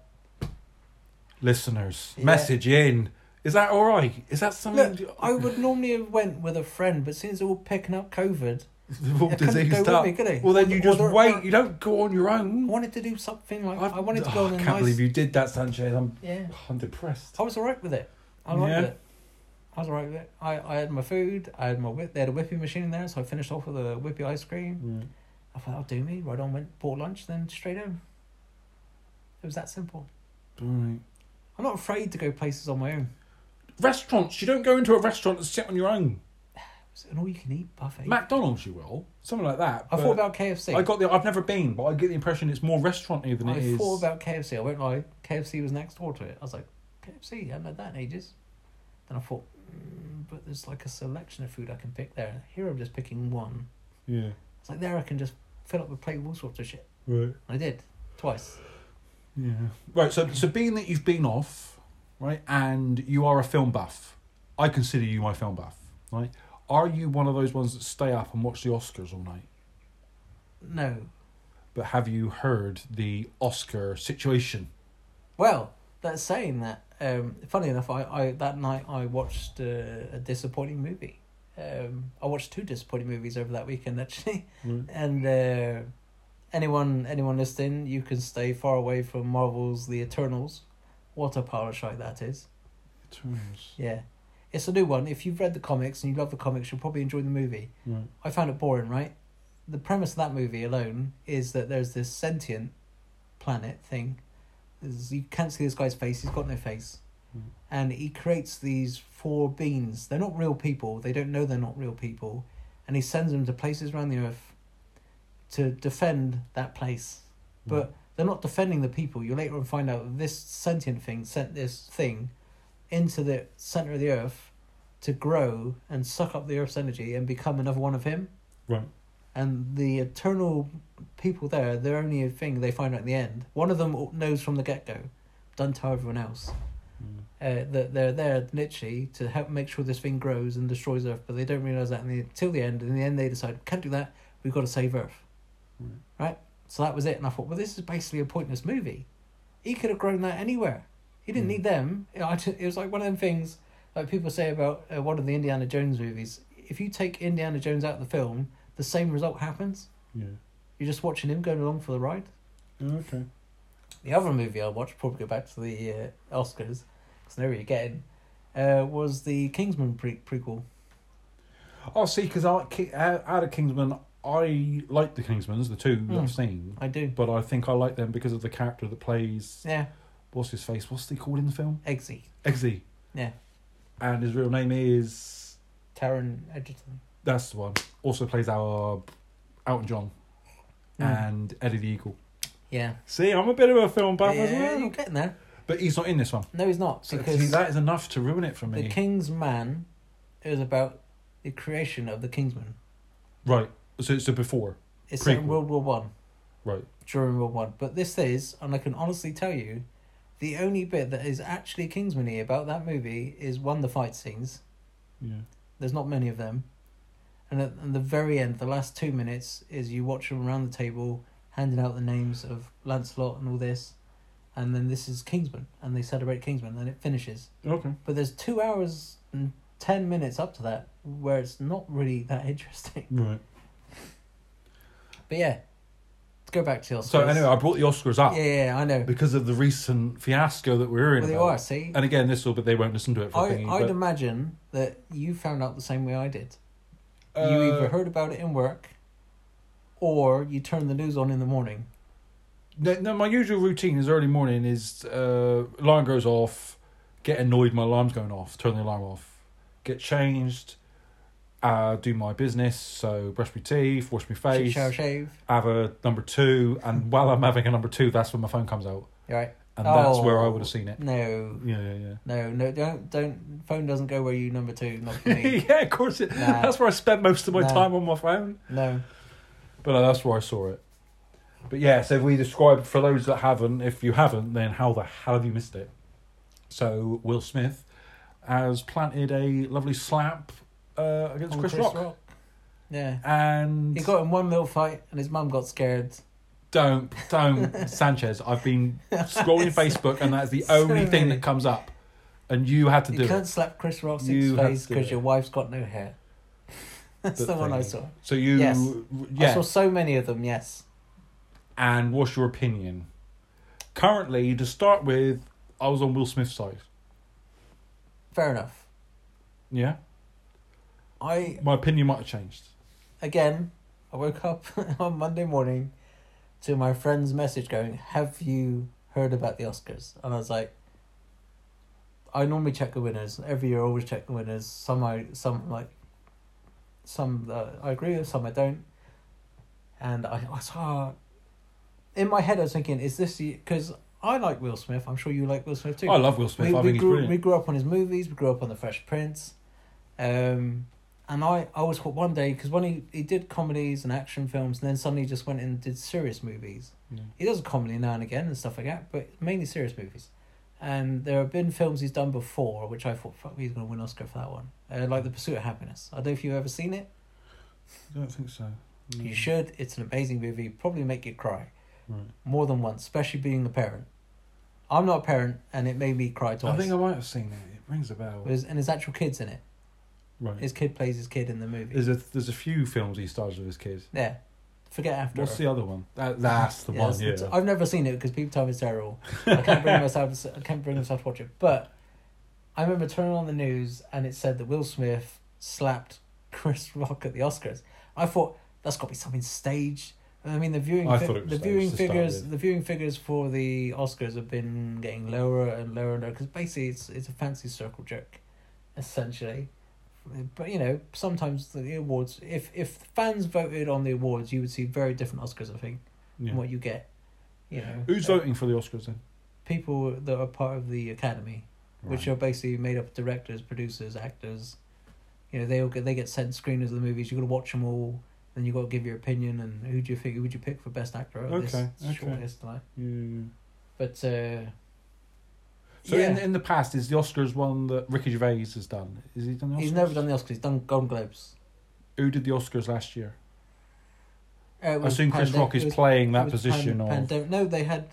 B: Listeners,
A: Yeah.
B: message in. Is that all right? Is that something?
A: Look, I
B: [laughs]
A: would normally have went with a friend, but since they're all picking up COVID,
B: They've all
A: I couldn't
B: diseased
A: go with
B: up.
A: me, could I?
B: Well, then you
A: Or
B: just
A: they're-
B: wait. You don't go on your
A: I
B: own.
A: wanted to do something like
B: I've-
A: I wanted to go
B: Oh,
A: on a
B: I can't
A: nice.
B: believe you did that, Sanchez. I'm,
A: Yeah,
B: I'm depressed.
A: I was alright with it. I liked
B: Yeah.
A: it. I was alright with it. I, I had my food. I had my whip. They had a whippy machine there, so I finished off with a whippy ice cream. I thought that'll do me. Right on, went bought lunch, then straight home. It was that simple.
B: Right.
A: I'm not afraid to go places on my own.
B: Restaurants. You don't go into a restaurant and sit on your own.
A: It's an all-you-can-eat buffet.
B: McDonald's, you will. Something like that.
A: I
B: but
A: thought about KFC.
B: I got the. I've never been, but I get the impression it's more restauranty than
A: I
B: it is.
A: thought about KFC. I won't lie. KFC was next door to it. I was like, KFC. I haven't had that in ages. Then I thought, mm, but there's like a selection of food I can pick there. Here I'm just picking one.
B: Yeah.
A: It's like there I can just fill up a plate with all sorts of shit.
B: Right.
A: And I did twice.
B: Yeah. Right. So, so being that you've been off, right, and you are a film buff, I consider you my film buff. Right. Are you one of those ones that stay up and watch the Oscars all night?
A: No.
B: But have you heard the Oscar situation?
A: Well, that's saying that. Um, funny enough, I, I that night I watched uh, a disappointing movie. Um, I watched two disappointing movies over that weekend actually. [laughs] And uh, anyone anyone listening, you can stay far away from Marvel's The Eternals. What a power strike that is.
B: Eternals.
A: Yeah. It's a new one. If you've read the comics and you love the comics, you'll probably enjoy the movie.
B: Right.
A: I found it boring, right? The premise of that movie alone is that there's this sentient planet thing. There's, you can't see this guy's face, he's got no face.
B: Mm.
A: And he creates these four beings. They're not real people, they don't know they're not real people. And he sends them to places around the earth to defend that place. But they're not defending the people. You later on find out that this sentient thing sent this thing into the center of the earth to grow and suck up the earth's energy and become another one of him.
B: Right.
A: And the eternal people there, their only thing they find out at the end. One of them knows from the get go, don't tell everyone else,
B: Mm.
A: uh, that they're there literally to help make sure this thing grows and destroys Earth, but they don't realize that until the end. And in the end, they decide, can't do that, we've got to save Earth.
B: Right.
A: Right? So that was it. And I thought, well, this is basically a pointless movie. He could have grown that anywhere. He didn't
B: Mm.
A: need them. You know, I ju- It was like one of them things, like people say about uh, one of the Indiana Jones movies. If you take Indiana Jones out of the film, the same result happens.
B: Yeah. Oh,
A: You're just watching him going along for the ride.
B: Okay.
A: The other movie I watched, probably go back to the uh, Oscars, because I know what you're getting, uh, was the Kingsman pre- prequel.
B: Oh, see, because out out of Kingsman, I like the Kingsmans, the two that
A: Mm.
B: I've seen,
A: I do.
B: but I think I like them because of the character that plays
A: Yeah,
B: what's his face, what's he called in the film?
A: Eggsy.
B: Eggsy.
A: Yeah.
B: And his real name is
A: Taron Edgerton.
B: that's the one. Also plays our Elton John
A: Mm.
B: and Eddie the Eagle.
A: Yeah.
B: See, I'm a bit of a film buff as
A: yeah, you're
B: well,
A: getting there.
B: but he's not in this one.
A: No, he's not.
B: So
A: Because
B: see, that is enough to ruin it for me.
A: The King's Man is about the creation of the Kingsman.
B: right. So it's the before.
A: It's set in
B: Prequel.
A: World War One,
B: Right.
A: during World War One. But this is, and I can honestly tell you, the only bit that is actually Kingsman-y about that movie is one the fight scenes.
B: Yeah.
A: There's not many of them, and at, and the very end, the last two minutes is you watch them around the table handing out the names of Lancelot and all this, and then this is Kingsman, and they celebrate Kingsman, and it finishes.
B: Okay.
A: But there's two hours and ten minutes up to that where it's not really that [laughs] interesting.
B: Right.
A: But yeah, let's go back to your.
B: So anyway, I brought the Oscars up
A: yeah, yeah, yeah, I know.
B: because of the recent fiasco that we were in.
A: Well, you
B: about
A: are.
B: it.
A: See,
B: And again, this will, but they won't listen to it for
A: I
B: a thingy.
A: I'd
B: but,
A: imagine that you found out the same way I did. you
B: uh,
A: either heard about it in work, or you turned the news on in the morning.
B: No, no, my usual routine is early morning is uh, alarm goes off, get annoyed my alarm's going off, turn the alarm off, get changed, uh, do my business, so brush my teeth, wash my
A: Shit,
B: face,
A: shower, shave.
B: have a number two,
A: [laughs]
B: and while I'm having a number two, that's when my phone comes out,
A: You all right?
B: and that's where I
A: Oh.
B: would have seen it.
A: No,
B: Yeah, yeah,
A: no, no. Don't don't. Phone doesn't go where you number two. Not for
B: yeah. [laughs]
A: me.
B: yeah, of course. It,
A: Nah.
B: That's where I spend most of my
A: Nah.
B: time on my phone.
A: no.
B: But uh, that's where I saw it. But yeah, so if we describe for those that haven't, if you haven't, then how the hell have you missed it? So Will Smith has planted a lovely slap uh, against
A: Oh,
B: Chris, Rock,
A: Yeah.
B: and
A: He got in one little fight, and his mum got scared.
B: don't
A: [laughs]
B: don't Sanchez. I've been scrolling Facebook, and that's the only
A: So
B: thing
A: many.
B: that comes up. and you had to do
A: You
B: it.
A: can't slap Chris Rock's
B: You have
A: face
B: to do
A: because
B: it.
A: your wife's got no hair. [laughs] That's
B: But
A: the one I
B: thank
A: saw.
B: So you,
A: Yes. I
B: yeah.
A: saw so many of them. Yes.
B: And what's your opinion? Currently, to start with, I was on Will Smith's side.
A: Fair enough.
B: Yeah,
A: I
B: my opinion might have changed.
A: again, I woke up [laughs] on Monday morning to my friend's message going, "Have you heard about the Oscars?" And I was like, "I normally check the winners every year. I always check the winners. Some I some like, some uh, I agree with, some I don't." And I, I was ah, in my head I was thinking, "Is this because I like Will Smith? I'm sure you like Will Smith too."
B: I love Will Smith.
A: we,
B: I
A: we
B: think
A: grew,
B: he's
A: we
B: brilliant.
A: grew up on his movies. We grew up on The Fresh Prince, um, and I, I always thought one day because when he, he did comedies and action films, and then suddenly just went and did serious movies.
B: Yeah.
A: He does a comedy now and again and stuff like that, but mainly serious movies. And there have been films he's done before, which I thought, fuck, he's gonna win Oscar for that one. Uh, like The Pursuit of Happiness. I don't know if you've ever seen it.
B: I don't think so. Mm. Mm-hmm.
A: You should. It's an amazing movie. Probably make you cry
B: Right.
A: more than once, especially being a parent. I'm not a parent, and it made me cry twice.
B: I think I might have seen it. It rings a bell.
A: There's- and his actual kids in it.
B: right.
A: His kid plays his kid in the movie.
B: There's a there's a few films he stars with his kid.
A: yeah. Forget after.
B: What's
A: Her.
B: the other one? That, that's the
A: Yeah,
B: one.
A: it's-
B: Yeah.
A: Uh, it's- I've never seen it because people tell me it's terrible. I can't bring myself. I can't bring myself to watch it. But I remember turning on the news and it said that Will Smith slapped Chris Rock at the Oscars. I thought that's got to be something staged. I mean, the viewing
B: I
A: fi-
B: thought it was
A: the
B: staged
A: viewing
B: to start
A: figures
B: with.
A: the viewing figures for the Oscars have been getting lower and lower and lower because basically it's it's a fancy circle jerk, essentially. But you know, sometimes the awards if if fans voted on the awards, you would see very different Oscars. I think
B: Yeah.
A: what you get. You know,
B: Who's
A: uh,
B: voting for the Oscars then?
A: People that are part of the academy, which
B: Right.
A: are basically made up of directors, producers, actors. You know, they all get they get sent screeners of the movies. You got to watch them all. Then you got to give your opinion and who do you think who would you pick for best actor? Oh, this
B: Okay, okay.
A: shortlist line.
B: Yeah.
A: But uh,
B: So
A: yeah,
B: in in the past, is the Oscars one that Ricky Gervais has done? Is he done? The Oscars?
A: he's never done the Oscars. He's done Golden Globes.
B: Who did the Oscars last year?
A: Uh, it
B: I
A: was
B: assume Chris
A: pandem-
B: Rock is
A: it was-
B: playing
A: it
B: that
A: was
B: position.
A: pan-
B: of
A: pandem- no, they had,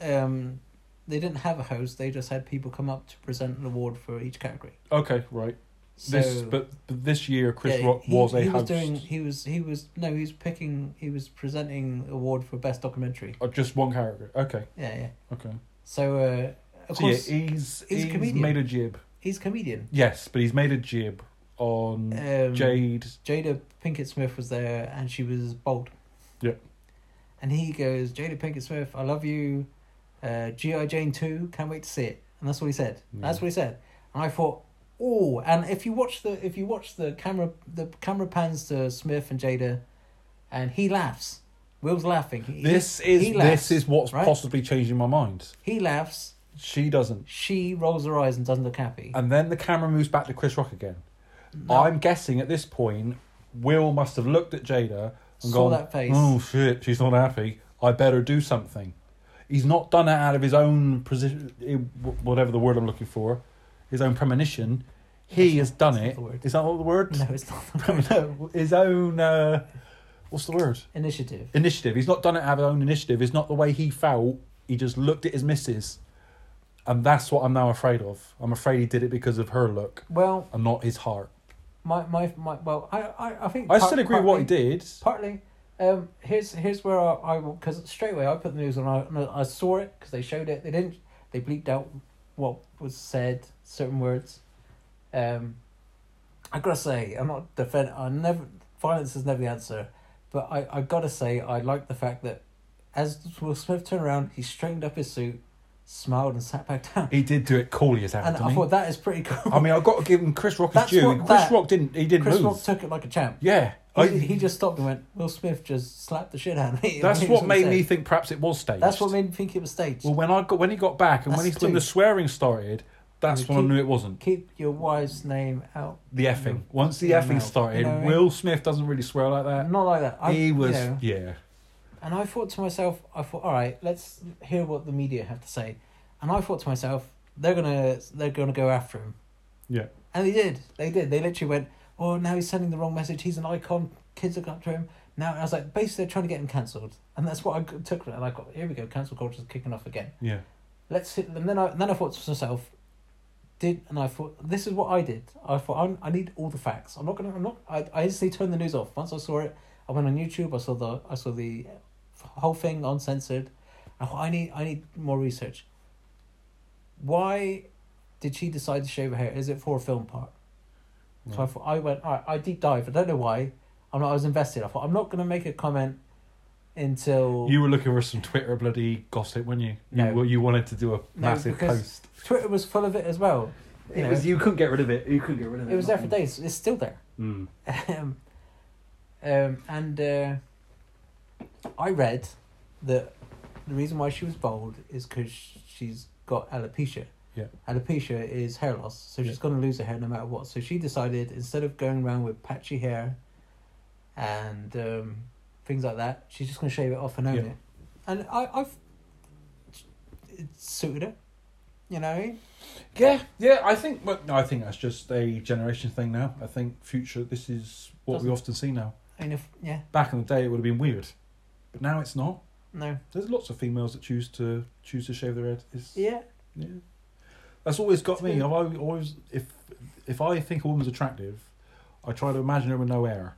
A: um, they didn't have a host. They just had people come up to present an award for each category.
B: okay, right.
A: So,
B: this but, but this year Chris
A: Yeah,
B: Rock
A: he-
B: was a
A: he
B: host.
A: Was doing, he was he was no he was picking he was presenting award for best documentary.
B: Oh, just one character. Okay,
A: Yeah, yeah.
B: okay.
A: So uh, of
B: so
A: course
B: yeah, he's
A: he's
B: he's,
A: a comedian.
B: made a jib.
A: he's a comedian.
B: Yes, but he's made a jib on
A: Um,
B: Jade.
A: Jada Pinkett Smith was there and she was bald.
B: Yep.
A: And he goes, Jada Pinkett Smith, I love you. Uh, G.I. Jane 2, can't wait to see it. And that's what he said. That's
B: Yeah.
A: what he said. And I thought, oh, and if you watch the if you watch the camera the camera pans to Smith and Jada and he laughs. Will's laughing. He,
B: This
A: he-
B: is
A: he laughs,
B: this is what's
A: right?
B: possibly changing my mind.
A: He laughs,
B: She doesn't,
A: she rolls her eyes and doesn't look happy.
B: and then the camera moves back to Chris Rock again.
A: No.
B: I'm guessing at this point, Will must have looked at Jada and
A: Saw
B: gone,
A: that face.
B: "Oh shit, she's not happy. I better do something." He's not done it out of his own position, eh, whatever the word I'm looking for, his own premonition. He has done
A: That's
B: it.
A: not the word.
B: Is that not the
A: [laughs]
B: word?
A: No, it's not
B: No, [laughs] his own. Uh, what's the word?
A: initiative.
B: Initiative. He's not done it out of his own initiative. It's not the way he felt. He just looked at his missus, and that's what I'm now afraid of. I'm afraid he did it because of her look
A: Well,
B: and not his heart.
A: my my, my well, I, I, I think
B: I
A: part-
B: still agree with what he
A: partly-
B: did.
A: partly um here's here's where i because straight away i put the news on i, and I saw it because they showed it they didn't they bleeped out what was said certain words um i gotta say i'm not defend i never violence is never the answer but i i gotta say i like the fact that as will smith turned around he straightened up his suit smiled and sat back down
B: He did do it coolly as
A: and
B: hell.
A: i
B: didn't
A: thought that is pretty cool
B: he? I mean, I've got to give him Chris Rock his
A: That's
B: due.
A: what
B: Chris
A: that-
B: Rock didn't. He didn't
A: chris
B: move.
A: rock took it like a champ
B: Yeah,
A: he,
B: I-
A: did- he just stopped and went will smith just slapped the shit out of me [laughs]
B: that's
A: He
B: what
A: was
B: made
A: upset.
B: me think perhaps it was staged.
A: That's what made me think it was staged.
B: Well, when I got when he got back and when
A: That's
B: he when the
A: staged.
B: swearing started, that's
A: You
B: when I
A: keep-
B: knew it wasn't.
A: Keep your wife's name out.
B: The effing. Once the
A: Yeah,
B: effing
A: no.
B: started,
A: You know,
B: Will Smith doesn't really swear like that.
A: Not like that. I,
B: he was
A: you know,
B: yeah.
A: and I thought to myself, I thought, all right, let's hear what the media have to say. And I thought to myself, they're gonna, they're gonna go after him.
B: Yeah.
A: And they did. They did. They literally went, oh, now he's sending the wrong message. He's an icon. Kids are going up to him. Now and I was like, basically, they're trying to get him cancelled, and that's what I g- took. from it. And I got here we go, cancel culture's kicking off again.
B: Yeah.
A: Let's hit, and then I and then I thought to myself, did, and I thought this is what I did. I thought I'm, I need all the facts. I'm not gonna. I'm not. I, I instantly turned the news off once I saw it. I went on YouTube. I saw the. I saw the whole thing uncensored. I thought I need. I need more research. Why did she decide to shave her hair? Is it for a film part? So I
B: Right.
A: thought I went. I, I deep dive. I don't know why. I'm not. I was invested. I thought I'm not gonna make a comment until
B: You were looking for some Twitter bloody gossip, weren't you?
A: No.
B: You, were- you wanted to do a massive
A: because-
B: post.
A: Twitter was full of it as well. You know,
B: you couldn't get rid of it. You couldn't get rid of
A: it was there for days. It's still there.
B: Mm.
A: um, um, and uh, I read that the reason why she was bald is because she's got alopecia.
B: Yeah.
A: Alopecia is hair loss, so she's
B: Yeah.
A: going to lose her hair no matter what. So she decided instead of going around with patchy hair and um, things like that, she's just going to shave it off and own
B: Yeah.
A: it. And I, I've it suited her, you know.
B: Yeah, yeah. I think, but no, I think that's just a generation thing now. I think future. This is what we
A: Doesn't-
B: often see now.
A: I mean, if yeah,
B: Back in the day, it would have been weird, but now it's not.
A: no,
B: There's lots of females that choose to choose to shave their head. It's,
A: yeah,
B: yeah. That's always got
A: It's
B: me.
A: good.
B: I've always, always if if I think a woman's attractive, I try to imagine her with no hair.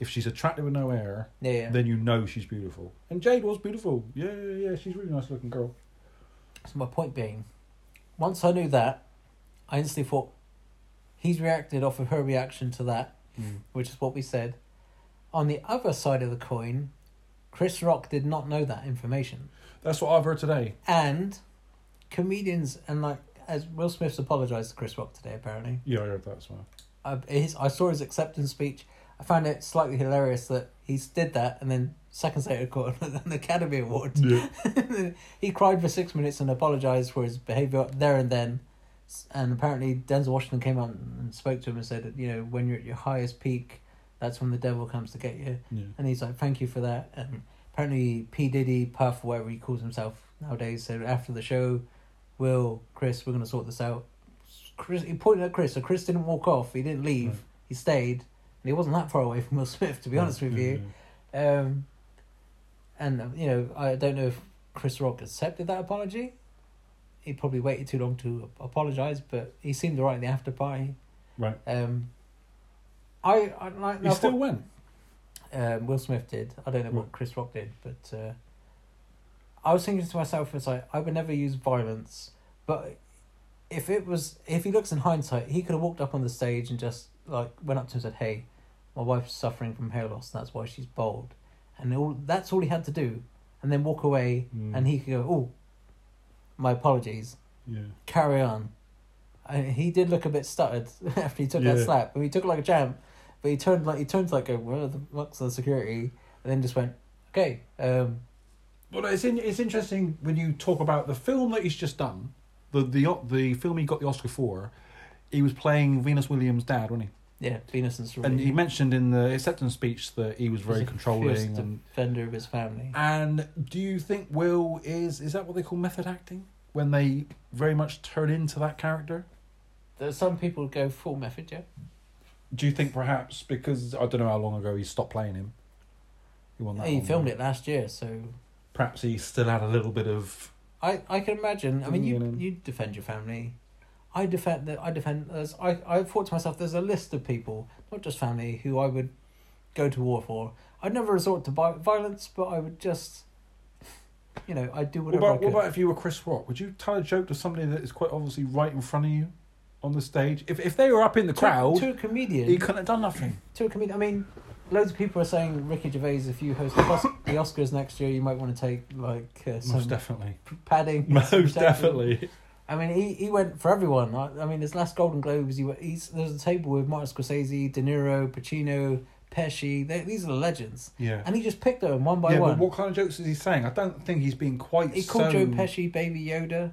B: If she's attractive with no hair,
A: yeah, yeah.
B: then you know she's beautiful. And Jade was beautiful. Yeah, yeah, yeah. She's a really nice looking girl.
A: So my point being, once I knew that, I instantly thought he's reacted off of her reaction to that, which is what we said. On the other side of the coin, Chris Rock did not know that information.
B: That's what I've heard today.
A: And comedians and like as Will Smith's apologized to Chris Rock today apparently.
B: Yeah, I heard that
A: [laughs]
B: as well.
A: I his, I saw his acceptance speech. I found it slightly hilarious that he did that and then seconds later got [laughs] an Academy Award.
B: Yeah.
A: [laughs] he cried for six minutes and apologized for his behavior there and then. S- And apparently, Denzel Washington came out and spoke to him and said, you know, when you're at your highest peak, that's when the devil comes to get you.
B: Yeah.
A: And he's like, thank you for that. And apparently, P. Diddy, Puff, whatever he calls himself nowadays, said, after the show, Will, Chris, we're going to sort this out. Chris, he pointed at Chris, so Chris didn't walk off, he didn't leave,
B: Right.
A: he stayed. And he wasn't that far away from Will Smith, to
B: Hmm.
A: be honest with you. Um, and um, you know, I don't know if Chris Rock accepted that apology. He probably waited too long to apologize, but he seemed alright in the after party.
B: Right.
A: Um, I I like
B: He
A: I
B: still
A: thought-
B: went.
A: um, Will Smith did. I don't know what
B: Right.
A: Chris Rock did, but uh, I was thinking to myself, it's like I would never use violence, but if it was, if he looks in hindsight, he could have walked up on the stage and just like went up to him and said, "Hey, my wife's suffering from hair loss, and that's why she's bald," and all that's all he had to do, and then walk away,
B: Mm.
A: and he could go, "Oh, my apologies,
B: Yeah.
A: carry on." And he did look a bit stuttered [laughs] after he took that
B: Yeah.
A: slap. I mean, he took it like a champ, but he turned like he turned to like go, "Where the fuck's the security?" And then just went, "Okay, um,
B: Well, it's in, it's interesting when you talk about the film that he's just done, the the the film he got the Oscar for. He was playing Venus Williams' dad, wasn't he?
A: yeah, Venus and Sorority."
B: And he mentioned in the acceptance speech that he was
A: Mm-hmm. He's
B: very
A: a fierce
B: controlling. And,
A: defender of his family.
B: and do you think Will is is that what they call method acting when they very much turn into that character?
A: There's some people go full method, yeah.
B: Do you think perhaps because I don't know how long ago he stopped playing him? He won that.
A: he
B: one,
A: filmed
B: right?
A: it last year, so
B: Perhaps he still had a little bit of
A: I I can imagine. I mean,
B: Didn't
A: you
B: you know?
A: you defend your family. I defend that. I defend. There's, I I thought to myself, there's a list of people, not just family, who I would go to war for. I'd never resort to vi- violence, but I would just, you know, I'd do
B: What
A: whatever
B: about,
A: I
B: what
A: could.
B: about if you were Chris Rock? Would you tell a joke to somebody that is quite obviously right in front of you on the stage? If, if they were up in the
A: To-
B: crowd,
A: to, a comedian.
B: he couldn't have done nothing.
A: to a comedian. I mean, loads of people are saying Ricky Gervais. If you host the, Os- the Oscars next year, you might want to take like uh, some [laughs]
B: Most definitely.
A: p- padding. some
B: Most
A: protection.
B: definitely.
A: I mean, he, he went for everyone. I, I mean, his last Golden Globes, he went, he's there's a table with Martin Scorsese, De Niro, Pacino, Pesci. They, these are the legends,
B: Yeah.
A: and he just picked them one by
B: yeah,
A: one.
B: but what kind of jokes is he saying? I don't think he's being quite
A: he called
B: so...
A: Joe Pesci Baby Yoda.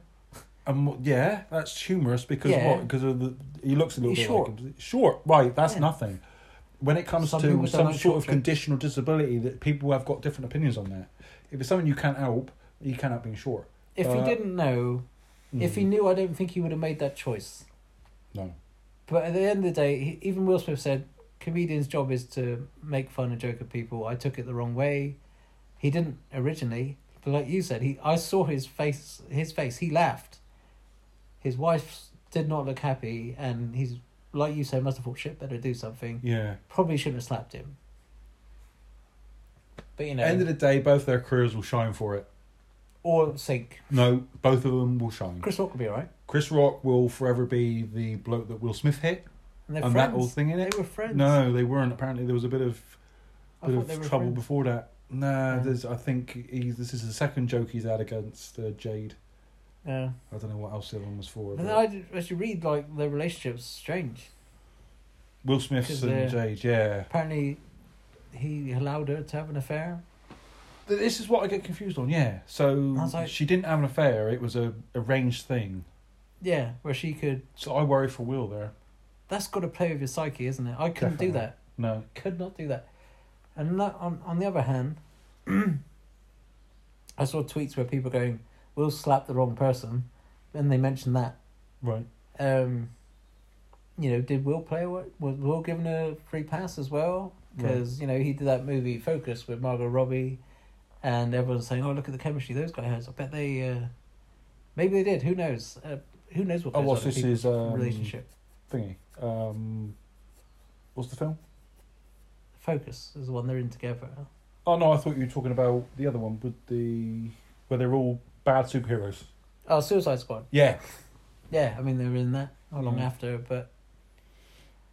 B: Um, what- yeah, that's humorous because
A: Yeah.
B: what? Because of the he looks a little
A: He's
B: bit like him. short, right? That's
A: Yeah.
B: nothing. When it comes
A: Some people
B: to
A: don't
B: some
A: like
B: sort of
A: short jokes.
B: condition or disability, that people have got different opinions on that. If it's something you can't help, you can't help being short.
A: If
B: Uh,
A: he didn't know, if he
B: Mm.
A: knew, I don't think he would have made that choice.
B: no,
A: But at the end of the day, he, even Will Smith said, comedian's job is to make fun and joke at people. I took it the wrong way. He didn't originally, but like you said, he I saw his face. His face. He laughed. His wife's did not look happy, and he's like you say, must have thought shit, better do something.
B: Yeah.
A: Probably shouldn't have slapped him. But you know,
B: End of the day, both their careers will shine for it.
A: or sink.
B: No, both of them will shine.
A: Chris Rock will be alright,
B: Chris Rock will forever be the bloke that Will Smith hit
A: and they're
B: and
A: friends.
B: that whole thing in it.
A: They were friends.
B: No, they weren't. Apparently, there was a bit of
A: I
B: bit
A: thought
B: of
A: they were
B: trouble
A: friends.
B: before that. Nah,
A: Yeah.
B: there's. I think he's, this is the second joke he's had against uh, Jade.
A: Yeah.
B: I don't know what else the other one was for.
A: And then
B: but-
A: I did- actually read like their relationship's strange.
B: Will Smith's
A: 'Cause,
B: and
A: uh,
B: Jade, yeah.
A: Apparently, he allowed her to have an affair.
B: Th- This is what I get confused on, yeah. So
A: I was like-
B: she didn't have an affair; it was a arranged thing.
A: Yeah, where she could.
B: So I worry for Will there.
A: That's got to play with your psyche, isn't it? I couldn't
B: Definitely.
A: do that.
B: No,
A: Could not do that. And lo- on on the other hand, [clears throat] I saw tweets where people going, "We'll slap the wrong person," and they mentioned that.
B: right?
A: Um, you know, did Will play? What was Will given a free pass as well? Because you know he did that movie Focus with Margot Robbie, and everyone's saying, "Oh, look at the chemistry those guys has." I bet they, uh, maybe they did. Who knows? Uh, who knows what?
B: Oh,
A: goes
B: what's
A: on in
B: this? Is
A: people's
B: um,
A: relationship
B: thingy? Um, what's the film?
A: Focus is the one they're in together.
B: Oh no, I thought you were talking about the other one with the where they're all bad superheroes.
A: Oh, Suicide Squad.
B: Yeah,
A: Yeah, I mean they were in that not long
B: Mm.
A: after, but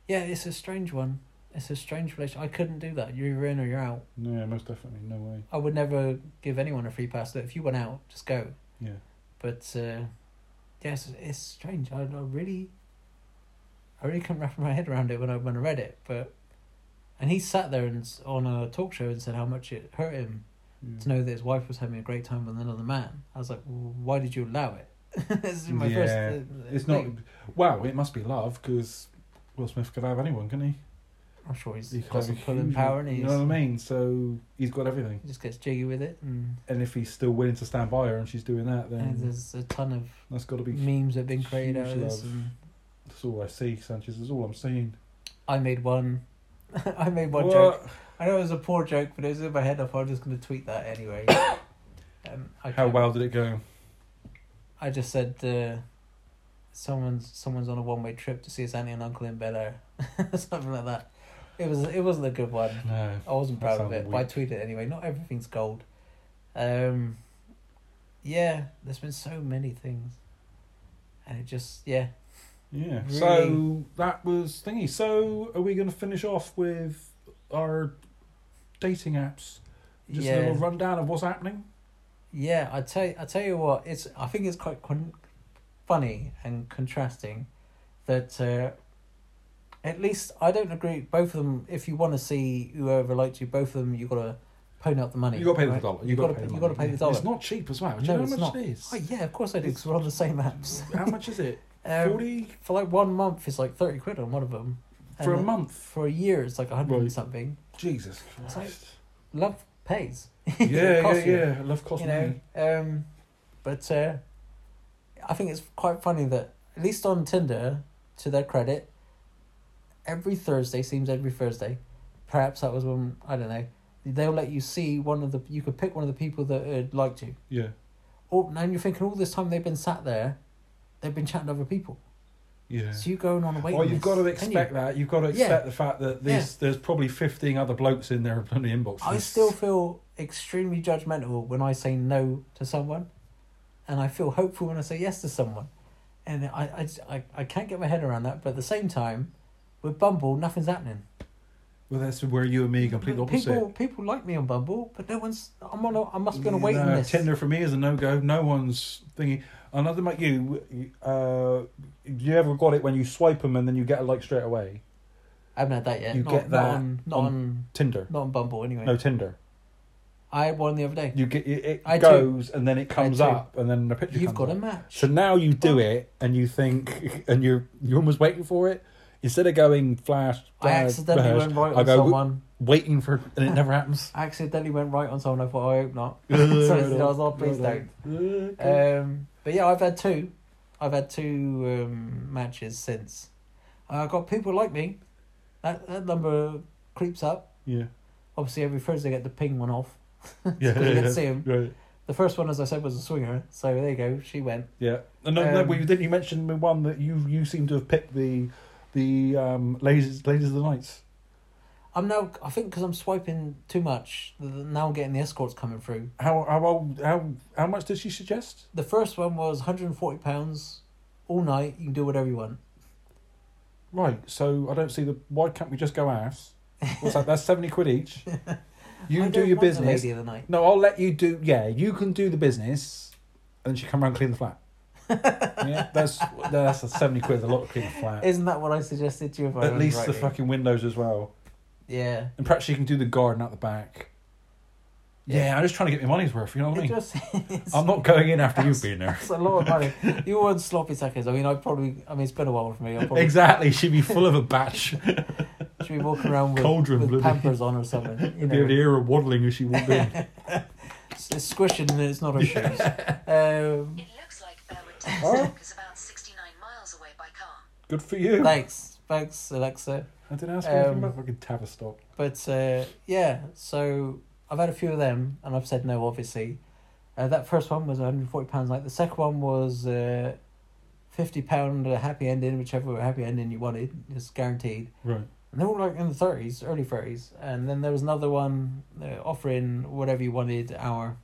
A: yeah, it's a strange one. It's a strange relation. I couldn't do that. You're either in or you're out.
B: yeah, most definitely, no way.
A: I would never give anyone a free pass. That if you went out, just go.
B: Yeah,
A: But uh, yes, it's strange. I, I really, I really couldn't wrap my head around it when I when I read it. But and he sat there and s- on a talk show and said how much it hurt him
B: yeah.
A: to know that his wife was having a great time with another man. I was like, well, why did you allow it? [laughs] this is my first.
B: Yeah,
A: uh,
B: it's not.
A: thing.
B: Wow, it must be love because Will Smith could have anyone, couldn't he?
A: I'm sure he's
B: He could
A: got
B: have a
A: some pulling
B: huge-
A: power, and he's,
B: You know what I mean? So he's got everything.
A: he just gets jiggy with it, and,
B: and if he's still willing to stand by her and she's doing that,
A: and
B: then
A: there's a ton of
B: that's got to be.
A: memes that have been created out of
B: huge
A: this.
B: love.
A: And
B: That's all I see, Sanchez. That's all I'm seeing.
A: I made one. [laughs] I made one
B: What?
A: joke. I know it was a poor joke, but it was in my head. I thought I'm just going to tweet that anyway.
B: [coughs]
A: um, I
B: How
A: can't-
B: well did it go?
A: I just said uh, someone's someone's on a one way trip to see his auntie and uncle in Bel Air, [laughs] something like that. It was it wasn't a good one.
B: No.
A: I wasn't
B: That
A: proud of
B: sounded
A: it, but I
B: weak.
A: tweeted it anyway. Not everything's gold. Um, yeah, there's been so many things, and it just yeah.
B: Yeah.
A: Really?
B: So that was thingy. So are we going to finish off with our dating apps? Just a
A: yeah.
B: little rundown of what's happening.
A: Yeah, I tell I tell you what, it's I think it's quite con- funny and contrasting that uh, at least I don't agree. Both of them, if you want to see whoever likes you, both of them, you got to pony up the money.
B: You got to pay the
A: right?
B: dollar.
A: You got to
B: pay the
A: you got
B: money.
A: to pay the
B: Yeah.
A: dollar.
B: It's not cheap as well. Do you
A: No,
B: know
A: it's
B: how much
A: not.
B: it is?
A: Oh, yeah, of course I do. Because we're on the same apps.
B: How much is it?
A: Um,
B: Forty
A: for like one month, it's like thirty quid on one of them.
B: for a
A: And
B: month.
A: For a year, it's like a hundred
B: Right.
A: and something.
B: Jesus
A: like-
B: Christ.
A: Love pays. [laughs]
B: Yeah,
A: It
B: yeah,
A: costs you.
B: yeah. I love cost
A: you
B: money.
A: know. Um, but uh, I think it's quite funny that at least on Tinder, to their credit, every Thursday seems every Thursday. Perhaps that was when I don't know. They'll let you see one of the you could pick one of the people that had liked you.
B: Yeah.
A: Oh, now you're thinking all this time they've been sat there, they've been chatting to other people.
B: Yeah.
A: So you're going on a waiting
B: Well,
A: list,
B: you've got to
A: ain't you?
B: expect that. You've got to
A: Yeah.
B: expect the fact that this, there's probably 15 other blokes in there on the inbox.
A: I still feel extremely judgmental when I say no to someone, and I feel hopeful when I say yes to someone, and I I I, I can't get my head around that. But at the same time, with Bumble, nothing's happening.
B: Well, that's where you and me are complete
A: But
B: opposite.
A: People people like me on Bumble, but no one's. I'm on. A, I must be on a
B: You
A: waiting
B: know,
A: list.
B: Tinder for me is a no go. No one's thinking. Another like you, uh, you ever got it when you swipe them and then you get a like straight away?
A: I haven't had that yet.
B: You
A: not, not
B: get that
A: on not
B: on-
A: on,
B: Tinder,
A: not on Bumble anyway.
B: no Tinder.
A: I had one the other day.
B: You get it, it
A: I do.
B: goes and then it comes
A: do.
B: up and then the picture.
A: You've
B: comes
A: got
B: up.
A: a match.
B: So now you do it and you think and you're you're almost waiting for it instead of going flash.
A: I
B: flash,
A: accidentally
B: flash,
A: went right
B: I
A: on
B: go,
A: someone.
B: waiting for and it
A: [laughs]
B: never happens.
A: I accidentally went right on someone. I thought I hope
B: [laughs]
A: not. [laughs] so I was like, please don't.
B: Uh,
A: Um, but yeah, I've had two. I've had two um, matches since. I've got people like me. That that number creeps up.
B: yeah, [laughs]
A: Obviously, every Thursday I get the ping one off.
B: yeah,
A: Because you can see 'em.
B: Right.
A: The first one, as I said, was a swinger. So there you go. She went.
B: Yeah, and then then
A: Um,
B: we didn't you mention the one that you you seem to have picked the the um, ladies ladies of the night.
A: I'm now. I think because I'm swiping too much. th- th- Now I'm getting the escorts coming through.
B: How how old how how much did she suggest?
A: The first one was 140 pounds all night. You can do whatever you want.
B: Right, so I don't see the why can't we just go ass? What's that? That's seventy
A: [laughs]
B: quid each. You
A: I
B: do
A: don't
B: your
A: want the
B: business.
A: lady of the night.
B: No, I'll let you do. Yeah, you can do the business, and then she come around and clean the flat. yeah, that's that's a seventy quid. A lot to clean the
A: [laughs]
B: flat.
A: Isn't that what I suggested to you? If I
B: At
A: remember
B: least the
A: rightly?
B: fucking windows as well,
A: Yeah.
B: and perhaps she can do the garden out the back. Yeah, I'm just trying to get my money's worth. You know what
A: It
B: I mean?
A: just, it's, [laughs]
B: I'm not going in after you've been there.
A: it's a lot of money. You want sloppy seconds. I mean, I probably. I mean, it's been a while for me. I [laughs] probably
B: Exactly, she'd be full of
A: [laughs]
B: a batch.
A: should be walking around with,
B: Cauldron,
A: with
B: bloody.
A: pampers on or something. You
B: You'd be
A: know,
B: able to hear her waddling as she walked in.
A: [laughs] it's, it's squishing and it's not her shoes. Um,
C: It looks like Berwick, Texas
B: Huh?
C: is about 69 miles away by car.
B: Good for you.
A: thanks, thanks, Alexa.
B: I didn't ask for anything
A: Um,
B: about fucking Tavistock.
A: But uh, yeah, so I've had a few of them, and I've said no, obviously. Uh, that first one was one hundred forty pounds. Like the second one was uh, fifty pound a happy ending, whichever happy ending you wanted, it's guaranteed.
B: Right.
A: And they were like in the thirties, early thirties, and then there was another one uh, offering whatever you wanted hour.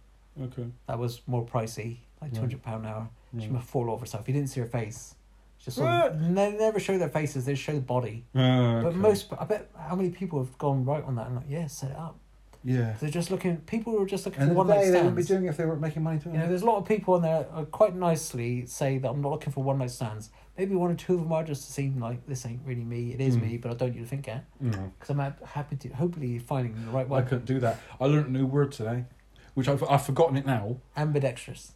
B: Okay.
A: That was more pricey, like
B: Right.
A: two hundred pound hour. She
B: Right.
A: must fall over herself. You didn't see her face. She Just sort
B: Ah.
A: of, they never show their faces. They show the body.
B: Ah, okay.
A: But most, I bet, how many people have gone right on that and like, yeah, set it up.
B: Yeah.
A: They're just looking. People are just looking
B: And
A: for one
B: they,
A: night
B: they wouldn't be
A: stands.
B: doing it if they weren't making money doing
A: You know,
B: it.
A: there's a lot of people on there uh, quite nicely say that I'm not looking for one night stands. Maybe one or two of them are just to seem like this ain't really me. It is
B: Mm.
A: me, but I don't need to think that
B: No.
A: because I'm hap- happy to hopefully finding the right
B: I
A: one.
B: couldn't do that. I learned a new word today, which I've, I've forgotten it now.
A: Ambidextrous.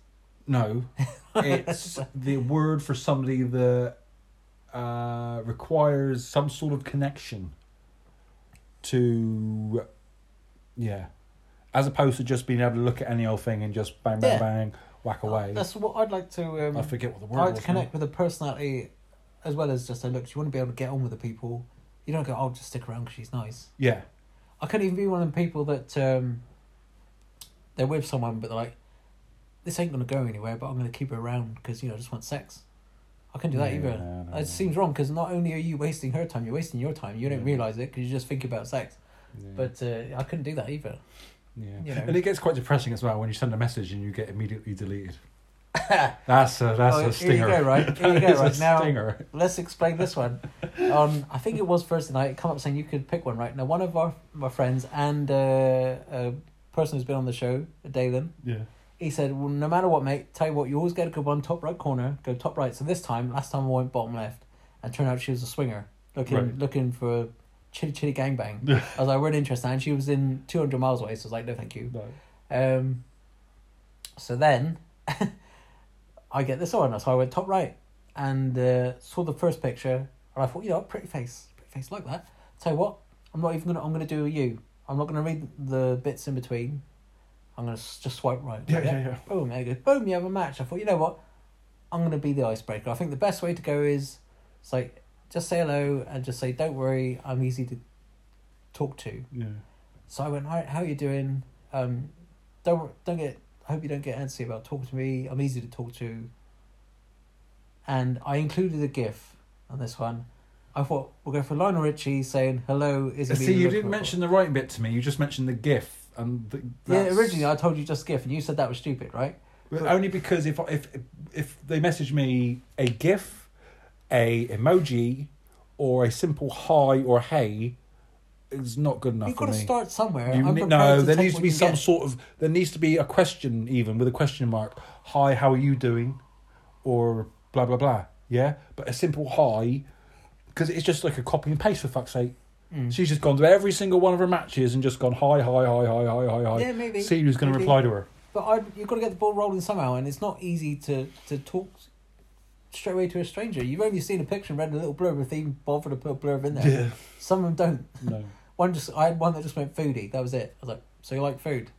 B: No.
A: [laughs]
B: It's the word for somebody that uh, requires some sort of connection to, yeah, as opposed to just being able to look at any old thing and just bang, bang,
A: Yeah. Oh,
B: bang, whack away.
A: That's what I'd like to. Um,
B: I forget what the word
A: I like
B: was.
A: to
B: now.
A: connect with a personality as well as just a looks. You want to be able to get on with the people. You don't go, oh, just stick around 'cause she's nice.
B: Yeah.
A: I could even be one of the people that um, they're with someone, but they're like, this ain't going to go anywhere, but I'm going to keep her around because, you know, I just want sex. I can do that
B: Yeah,
A: either.
B: no, no, no.
A: It seems wrong because not only are you wasting her time, you're wasting your time. You don't
B: Yeah.
A: realise it because you just think about sex.
B: Yeah.
A: But uh, I couldn't do that either.
B: yeah.
A: you know.
B: And it gets quite depressing as well when you send a message and you get immediately
A: [laughs]
B: deleted. That's a, that's
A: Oh,
B: a
A: here you
B: stinger.
A: go, right? Here you
B: [laughs] That
A: go,
B: is a
A: right? Now-
B: stinger.
A: Let's explain this one. On I think it was Thursday night. It come up saying you could pick one, right? Now one of our my friends and uh, a person who's been on the show, Dalen,
B: Yeah.
A: he said, "Well, no matter what, mate. Tell you what, you always get a good one. Top right corner, go top right. So this time, last time I went bottom left, and turned out she was a swinger, looking
B: Right.
A: looking for a chitty chitty
B: [laughs]
A: gangbang. I was like, really interested, and she was in two hundred miles away. So I was like, no, thank you.
B: No.
A: Um, so then [laughs] I get this on, so I went top right and uh, saw the first picture, and I thought, you know, what, pretty face, pretty face like that. Tell you what, I'm not even gonna, I'm gonna do a U. I'm not gonna read the bits in between. I'm gonna s- just swipe right.
B: Yeah, yeah, yeah.
A: Boom, there you go. Boom, you have a match. I thought, you know what, I'm gonna be the icebreaker. I think the best way to go is, it's like, just say hello and just say, don't worry, I'm easy to talk to.
B: Yeah.
A: So I went, "Hi, how you doing? Um, don't don't get. I hope you don't get antsy about talking to me. I'm easy to talk to." And I included a GIF on this one. I thought we'll go for Lionel Richie saying hello. Is
B: See, you didn't mention the writing bit to me. You just mentioned the GIF, and the,
A: Yeah,
B: that's-
A: originally I told you just GIF, and you said that was stupid, right?
B: But only because if if if they message me a GIF, a emoji, or a simple hi or hey, it's not good enough
A: You've
B: for
A: got to
B: me.
A: start somewhere.
B: You
A: Uh, I'm
B: ne-
A: prepared
B: no,
A: to
B: there
A: take
B: needs
A: what
B: to be
A: you
B: some
A: get.
B: sort of there needs to be a question even with a question mark. Hi, how are you doing? Or blah blah blah. Yeah, but a simple hi, because it's just like a copy and paste for fuck's sake.
A: Mm.
B: She's just gone to every single one of her matches and just gone hi hi hi hi hi hi hi.
A: Yeah, maybe,
B: See who's going to
A: maybe.
B: reply to her.
A: But I, you've got to get the ball rolling somehow, and it's not easy to, to talk straight away to a stranger. You've only seen a picture and read a little blurb if they even bother to put a blurb in there. Some of them don't.
B: No.
A: One just I had one that just went foodie. That was it. I was like, so you like food?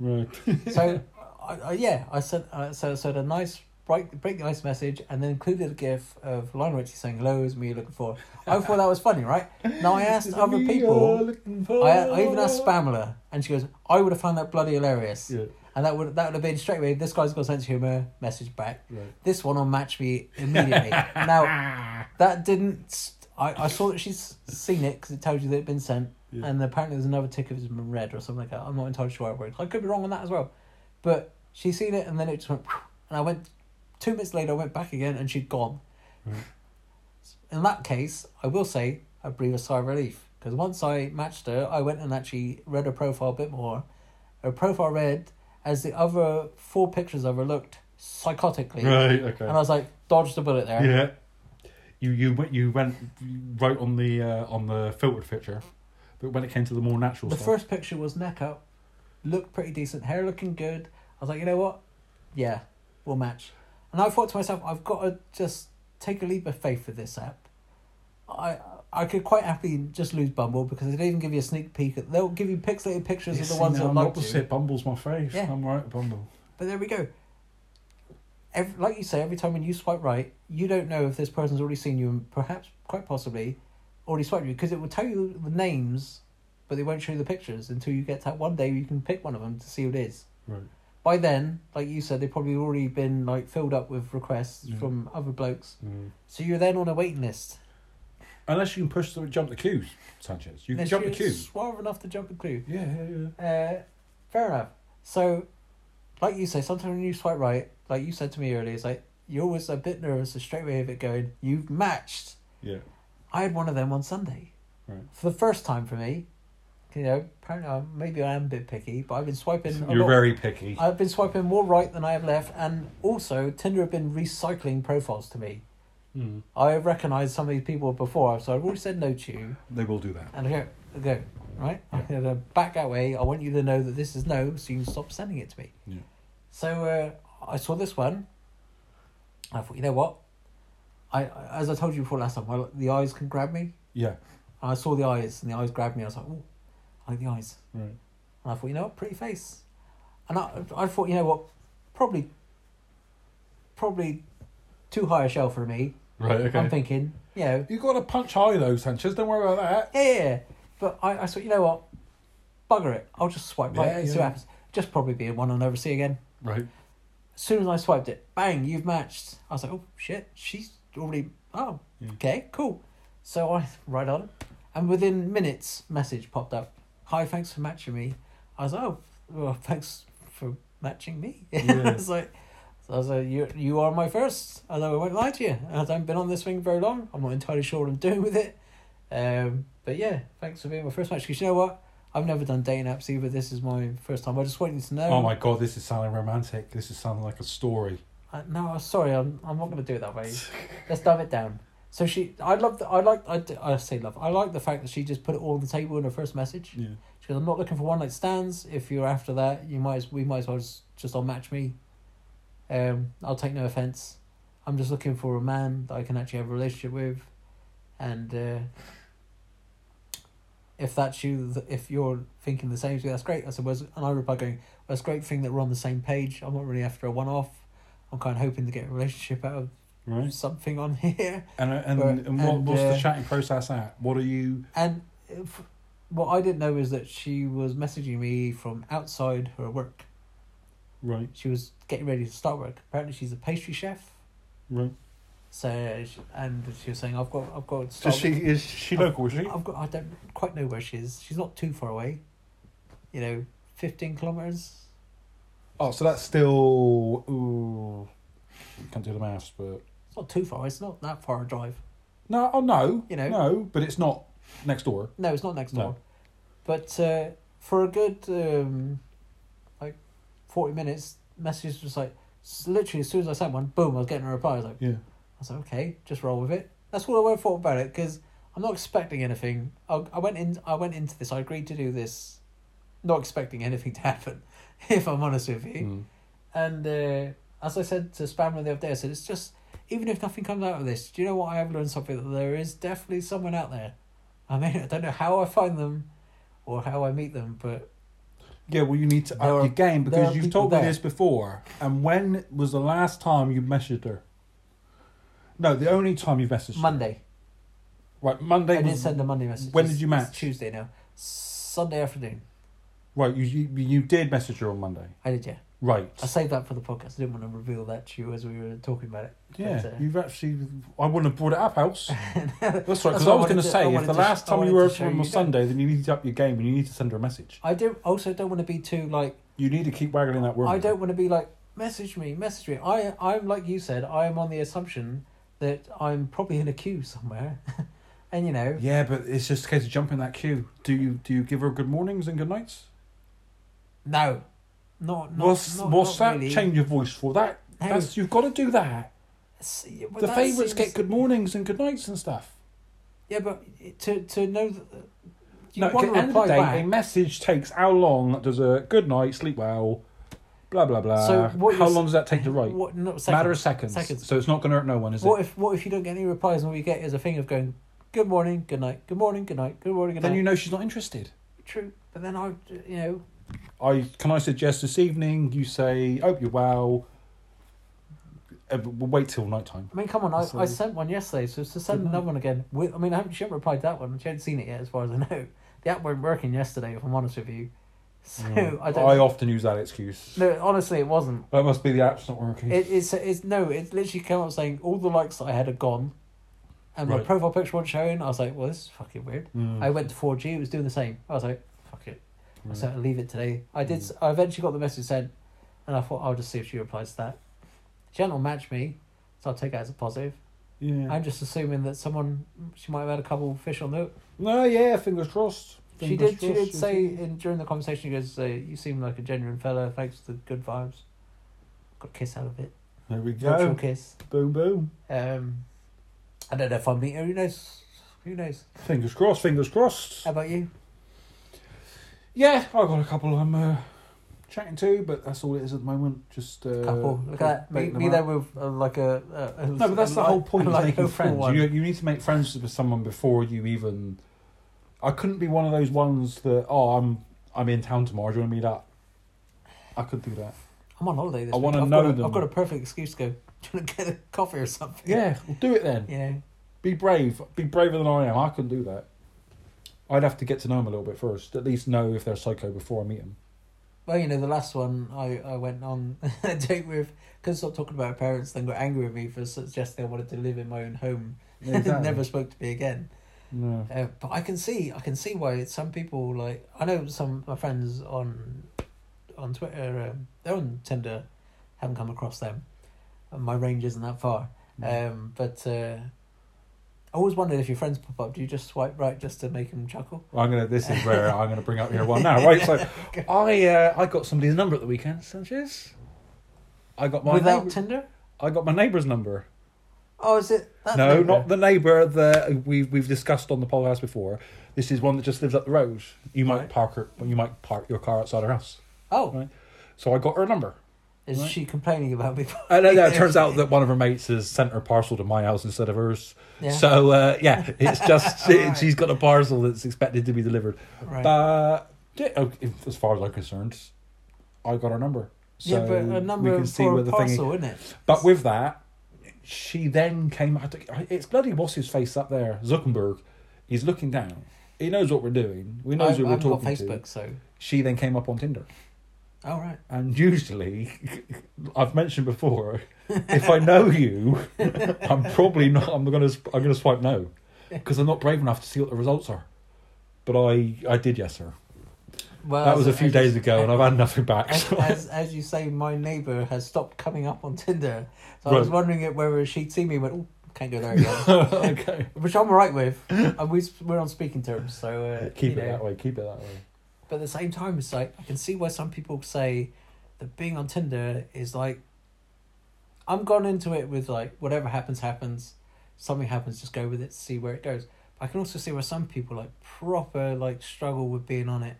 B: Right.
A: uh, So, I, I, yeah, I said I so I said a nice break, break the ice message and then included a gif of Lionel Richie saying, hello, is me you're looking for. I thought that was funny, right? Now I asked other people, I,
B: Oh,
A: I even asked Spamler, and she goes, I would have found that bloody hilarious.
B: Yeah,
A: And that would that would have been straight away, this guy's got a sense of humour, message back.
B: right.
A: This one will match me
B: [laughs]
A: immediately. now, that didn't. St- I, I saw that she's seen it because it tells you that it'd been sent,
B: Yeah.
A: and apparently there's another ticket that's been read or something like that. I'm not entirely sure how it works. I could be wrong on that as well, but she's seen it and then it just went, [laughs] and I went two minutes later. I went back again and she'd gone.
B: Right.
A: In that case, I will say I breathe a sigh of relief because once I matched her, I went and actually read her profile a bit more. Her profile read as the other four pictures of her looked psychotically,
B: Right, okay.
A: and I was like, dodged a bullet there.
B: Yeah. You you went you went you wrote on the uh, on the filtered picture, but when it came to the more natural
A: The
B: stuff,
A: first picture was neck up, looked pretty decent, hair looking good. I was like, you know what? Yeah, we'll match. And I thought to myself, I've got to just take a leap of faith with this app. I I could quite happily just lose Bumble because they don't even give you a sneak peek. at- They'll give you pixelated pictures
B: Yes,
A: of the ones
B: no,
A: that
B: I'm
A: like
B: opposite.
A: to.
B: Bumble's my fave.
A: Yeah.
B: I'm right, at Bumble.
A: But there we go. Every, like you say, every time when you swipe right, you don't know if this person's already seen you and perhaps, quite possibly, already swiped you because it will tell you the names, but they won't show you the pictures until you get to that one day where you can pick one of them to see who it is.
B: Right.
A: By then, like you said, they've probably already been like filled up with requests
B: Yeah.
A: from other blokes, so you're then on a waiting list.
B: Mm. Unless you can push the jump the queues, Sanchez. You can
A: Unless
B: jump the
A: you're
B: queue.
A: Suave enough to jump the queue.
B: Yeah, yeah, yeah.
A: Uh, fair enough. So, like you say, sometimes when you swipe right, like you said to me earlier, it's like you're always a bit nervous the straight away of it going, you've matched.
B: Yeah.
A: I had one of them on Sunday.
B: Right.
A: For the first time for me. You know, apparently I, maybe I am a bit picky, but I've been swiping. a
B: You're
A: lot-
B: very picky.
A: I've been swiping more right than I have left, and also Tinder have been recycling profiles to me.
B: Mm.
A: I have recognised some of these people before, so I've already said no to you.
B: They will do that.
A: And I go, I go, right? I'm going to back that way. I want you to know that this is no, so you can stop sending it to me.
B: Yeah.
A: So uh, I saw this one. I thought, you know what? I I- as I told you before last time, well, the eyes can grab me.
B: Yeah.
A: And I saw the eyes, and the eyes grabbed me. I was like, oh, I like the eyes.
B: Right.
A: And I thought, you know what, pretty face. And I, I thought, you know what, probably, probably, too high a shell for me.
B: Right. Okay.
A: I'm thinking, you know,
B: you got to punch high though, Sanchez. Don't worry about that.
A: yeah, yeah, yeah. But I, I thought, you know what? Bugger it. I'll just swipe right
B: Yeah,
A: and see
B: yeah.
A: what happens. Just probably be a one I'll never see again.
B: Right.
A: As soon as I swiped it, bang, you've matched. I was like, oh shit, she's already. Oh,
B: Yeah.
A: okay, cool. So I right on, and within minutes, message popped up. Hi, thanks for matching me. I was like, oh, well, [laughs] thanks for matching me. [laughs]
B: Yeah.
A: I was like, so I was like, you you are my first. I know I won't lie to you. I haven't been on this thing very long. I'm not entirely sure what I'm doing with it. Um, but yeah, thanks for being my first match. Because you know what, I've never done dating apps either. This is my first time. I just wanted to know.
B: oh my god, this is sounding romantic. This is sounding like a story.
A: Uh, no, I'm sorry, I'm, I'm not going to do it that way. Let's dumb it down. So she, I love, the, I like, I, d- I say love, I like the fact that she just put it all on the table in her first message.
B: Yeah.
A: She goes, I'm not looking for one night stands. If you're after that, you might, as, we might as well just, just unmatch me. Um, I'll take no offense. I'm just looking for a man that I can actually have a relationship with, and uh, if that's you, th- if you're thinking the same, as me, that's great. I said, "Was-" and I replied going, well, it's a great thing that we're on the same page. I'm not really after a one off. I'm kind of hoping to get a relationship out of
B: Right.
A: something on [laughs] here.
B: And uh, and,
A: Right,
B: and what
A: and,
B: what's
A: uh,
B: the chatting process at? What are you?
A: And if, what I didn't know was that she was messaging me from outside her work.
B: Right.
A: She was getting ready to start work. Apparently, she's a pastry chef.
B: Right.
A: So, she, and she was saying, "I've got, I've got." to
B: So
A: start
B: she is she Oh, local? Is she?
A: I've got. I don't quite know where she is. She's not too far away. You know, fifteen kilometers.
B: Oh, so that's still. Ooh, can't do the maths, but
A: It's not too far. It's not that far a drive.
B: no, oh no,
A: You know.
B: no, but it's not next door.
A: No, it's not next
B: No.
A: door. But uh, for a good um, like forty minutes, messages was like s- literally as soon as I sent one, boom, I was getting a reply. I was like,
B: Yeah,
A: I was like, okay, just roll with it. That's all I went thought about it because I'm not expecting anything. I, I went in. I went into this. I agreed to do this, not expecting anything to happen. [laughs] If I'm honest with you,
B: Mm.
A: and uh, as I said to Spammer the other day, I said, it's just, even if nothing comes out of this, do you know what? I have learned something that there is definitely someone out there. I mean, I don't know how I find them or how I meet them, but
B: Yeah, well, you need to
A: There
B: up
A: are-
B: your game
A: there
B: because
A: are
B: you've
A: people
B: told me
A: there.
B: this before. And when was the last time you messaged her? No, the only time you messaged. her.
A: Monday.
B: Right, Monday.
A: I didn't
B: was-
A: send a Monday message.
B: When
A: It's-
B: did you
A: it's
B: match?
A: Tuesday now. Sunday afternoon.
B: Right, you, you you did message her on Monday.
A: I did, yeah.
B: Right.
A: I saved that for the podcast. I didn't want to reveal that to you as we were talking about it.
B: Yeah,
A: But, uh,
B: you've actually. I wouldn't have brought it
A: [laughs]
B: up, else. That's right.
A: That's
B: Because
A: what I
B: I was
A: wanted
B: going to
A: to- I
B: say, if
A: wanted
B: the
A: to- I
B: last time you
A: wanted
B: were
A: to show
B: from on
A: you
B: a
A: that.
B: Sunday, then you need to up your game and you need to send her a message.
A: I do also don't want to be too like
B: You need to keep waggling that worm.
A: I don't want to be like message me, message me. I I'm like you said, I am on the assumption that I'm probably in a queue somewhere. [laughs] and you know,
B: Yeah, but it's just a case of jumping that queue. Do you do you give her good mornings and good nights?
A: no. Not not
B: what's
A: not,
B: what's
A: not
B: that
A: really.
B: change of voice for? That
A: No.
B: that's you've got to do that.
A: See, well,
B: the
A: that
B: favourites
A: seems-
B: get good mornings and good nights and stuff.
A: Yeah, but to to know that uh, you
B: no, at
A: want
B: the
A: to
B: end of the
A: reply
B: day,
A: back.
B: a message takes how long does a good night, sleep well, blah blah blah.
A: So what
B: how
A: you're
B: long does that take to write?
A: What, no, seconds.
B: Matter of seconds.
A: Seconds.
B: So it's not going to hurt no one, is
A: What
B: it?
A: if what if you don't get any replies and all you get is a thing of going, good morning, good night, good morning, good night, good morning, good
B: Then
A: night.
B: you know she's not interested.
A: True, but then I, you know,
B: I can I suggest this evening you say hope you're well. Uh, we'll wait till night time.
A: I mean, come on, I,
B: So-
A: I sent one yesterday, so to
B: Good
A: send
B: night.
A: another one again. With, I mean, I haven't she hasn't replied to that one. She hadn't seen it yet, as far as I know. The app weren't working yesterday, if I'm honest with you. [laughs] So [laughs] I don't.
B: I often use that excuse.
A: no, honestly, it wasn't.
B: That must be the app's not working.
A: It, it's it's no. It literally came up saying all the likes that I had are gone, and my
B: Right.
A: profile picture wasn't showing. I was like, well, this is fucking weird.
B: Mm.
A: I went to four G. It was doing the same. I was like, fuck it. I said, I'll leave it today. I
B: Hmm.
A: did. s I I eventually got the message sent, and I thought I'll just see if she replies to that. She hadn't matched me, so I'll take that as a positive.
B: yeah.
A: I'm just assuming that someone she might have had a couple of fish on the. hook.
B: No, yeah, fingers crossed.
A: She
B: Fingers
A: did. She
B: crossed,
A: did
B: yes,
A: say
B: yeah.
A: in during the conversation, she goes, uh, "You seem like a genuine fella. Thanks for the good vibes." Got a kiss out of it.
B: There we
A: Virtual
B: go.
A: kiss.
B: Boom, boom.
A: Um, I don't know if I'm meeting her. Who knows? Who knows?
B: Fingers crossed. Fingers crossed.
A: How about you?
B: Yeah, I've got a couple I'm uh, chatting to, but that's all it is at the moment. Just uh,
A: Couple. Look at that. Me,
B: baiting them
A: me there
B: out.
A: with uh, like a. Uh, a-
B: No, but that's
A: a
B: the
A: light-
B: whole point
A: a
B: of
A: light
B: making
A: hopeful
B: friends.
A: one.
B: You you need to make friends with someone before you even. I couldn't be one of those ones that oh I'm I'm in town tomorrow. Do you want to meet up? I could do that.
A: I'm on holiday this
B: I
A: week.
B: wanna
A: I've
B: know
A: got a,
B: them.
A: I've got a perfect excuse to go. [laughs] Do you want to get a coffee or something?
B: Yeah, well, do it then.
A: You know.
B: Be brave. Be braver than I am. I couldn't do that. I'd have to get to know them a little bit first. At least know if they're psycho before I meet [laughs] them.
A: Well, you know, the last one I, I went on [laughs] a date with, couldn't stop talking about her parents, then got angry with me for suggesting I wanted to live in my own home and [laughs] never spoke to me again.
B: No.
A: Uh, but I can see, I can see why it's some people like I know some of my friends on, on Twitter, um, they're on Tinder, haven't come across them, and my range isn't that far.
B: Mm.
A: Um, but uh, I always wondered if your friends pop up, do you just swipe right just to make them chuckle?
B: I'm gonna. This is [laughs] where I'm gonna bring up your one now, right? [laughs] So, I uh, I got somebody's number at the weekend, Sanchez. I got my
A: Without
B: neighbour-
A: Tinder?
B: I got my neighbour's number.
A: Oh, is it? That
B: no,
A: neighbour?
B: not the neighbour that we we've discussed on the podcast before. This is one that just lives up the road. You might
A: Right.
B: park her, you might park your car outside her house.
A: Oh,
B: Right. So I got her number.
A: Is
B: Right.
A: she complaining about me?
B: And then, yeah, it turns out that one of her mates has sent her parcel to my house instead of hers.
A: Yeah.
B: So uh, yeah, it's
A: [laughs]
B: just
A: Alright.
B: she's got a parcel that's expected to be delivered.
A: Right.
B: But yeah, oh, if- as far as I'm concerned, I got her number.
A: [laughs]
B: So
A: yeah, but a number
B: we can see
A: for
B: where
A: a
B: the
A: parcel,
B: thing.
A: isn't it?
B: But with that, she then came. I don't- I- It's bloody what's his face up there, Zuckerberg. He's looking down. He knows what we're doing. We knows
A: I,
B: who
A: I
B: we're
A: haven't got
B: talking
A: Facebook,
B: to.
A: so.
B: She then came up on Tinder.
A: All right.
B: And usually, [laughs] I've mentioned before, if I know
A: [laughs]
B: you, I'm probably not. I'm gonna. I'm gonna swipe no, because I'm not brave enough to see what the results are. But I, I did yes, sir.
A: Well,
B: That
A: as-
B: was a few
A: as-
B: days ago, and I've had nothing back.
A: As,
B: [laughs] so-
A: as, as you say, my neighbour has stopped coming up on Tinder, so I was
B: Right.
A: wondering it whether she'd see me and went, oh, can't go there
B: [laughs]
A: again. [laughs]
B: okay.
A: Which I'm alright with, and we, we're on speaking terms, so. Uh,
B: Keep
A: you
B: it
A: know.
B: that way. Keep it that way.
A: But at the same time, it's like, I can see why some people say that being on Tinder is like. I'm gone into it with like, whatever happens, happens. Something happens, just go with it, see where it goes. But I can also see where some people like proper like struggle with being on it.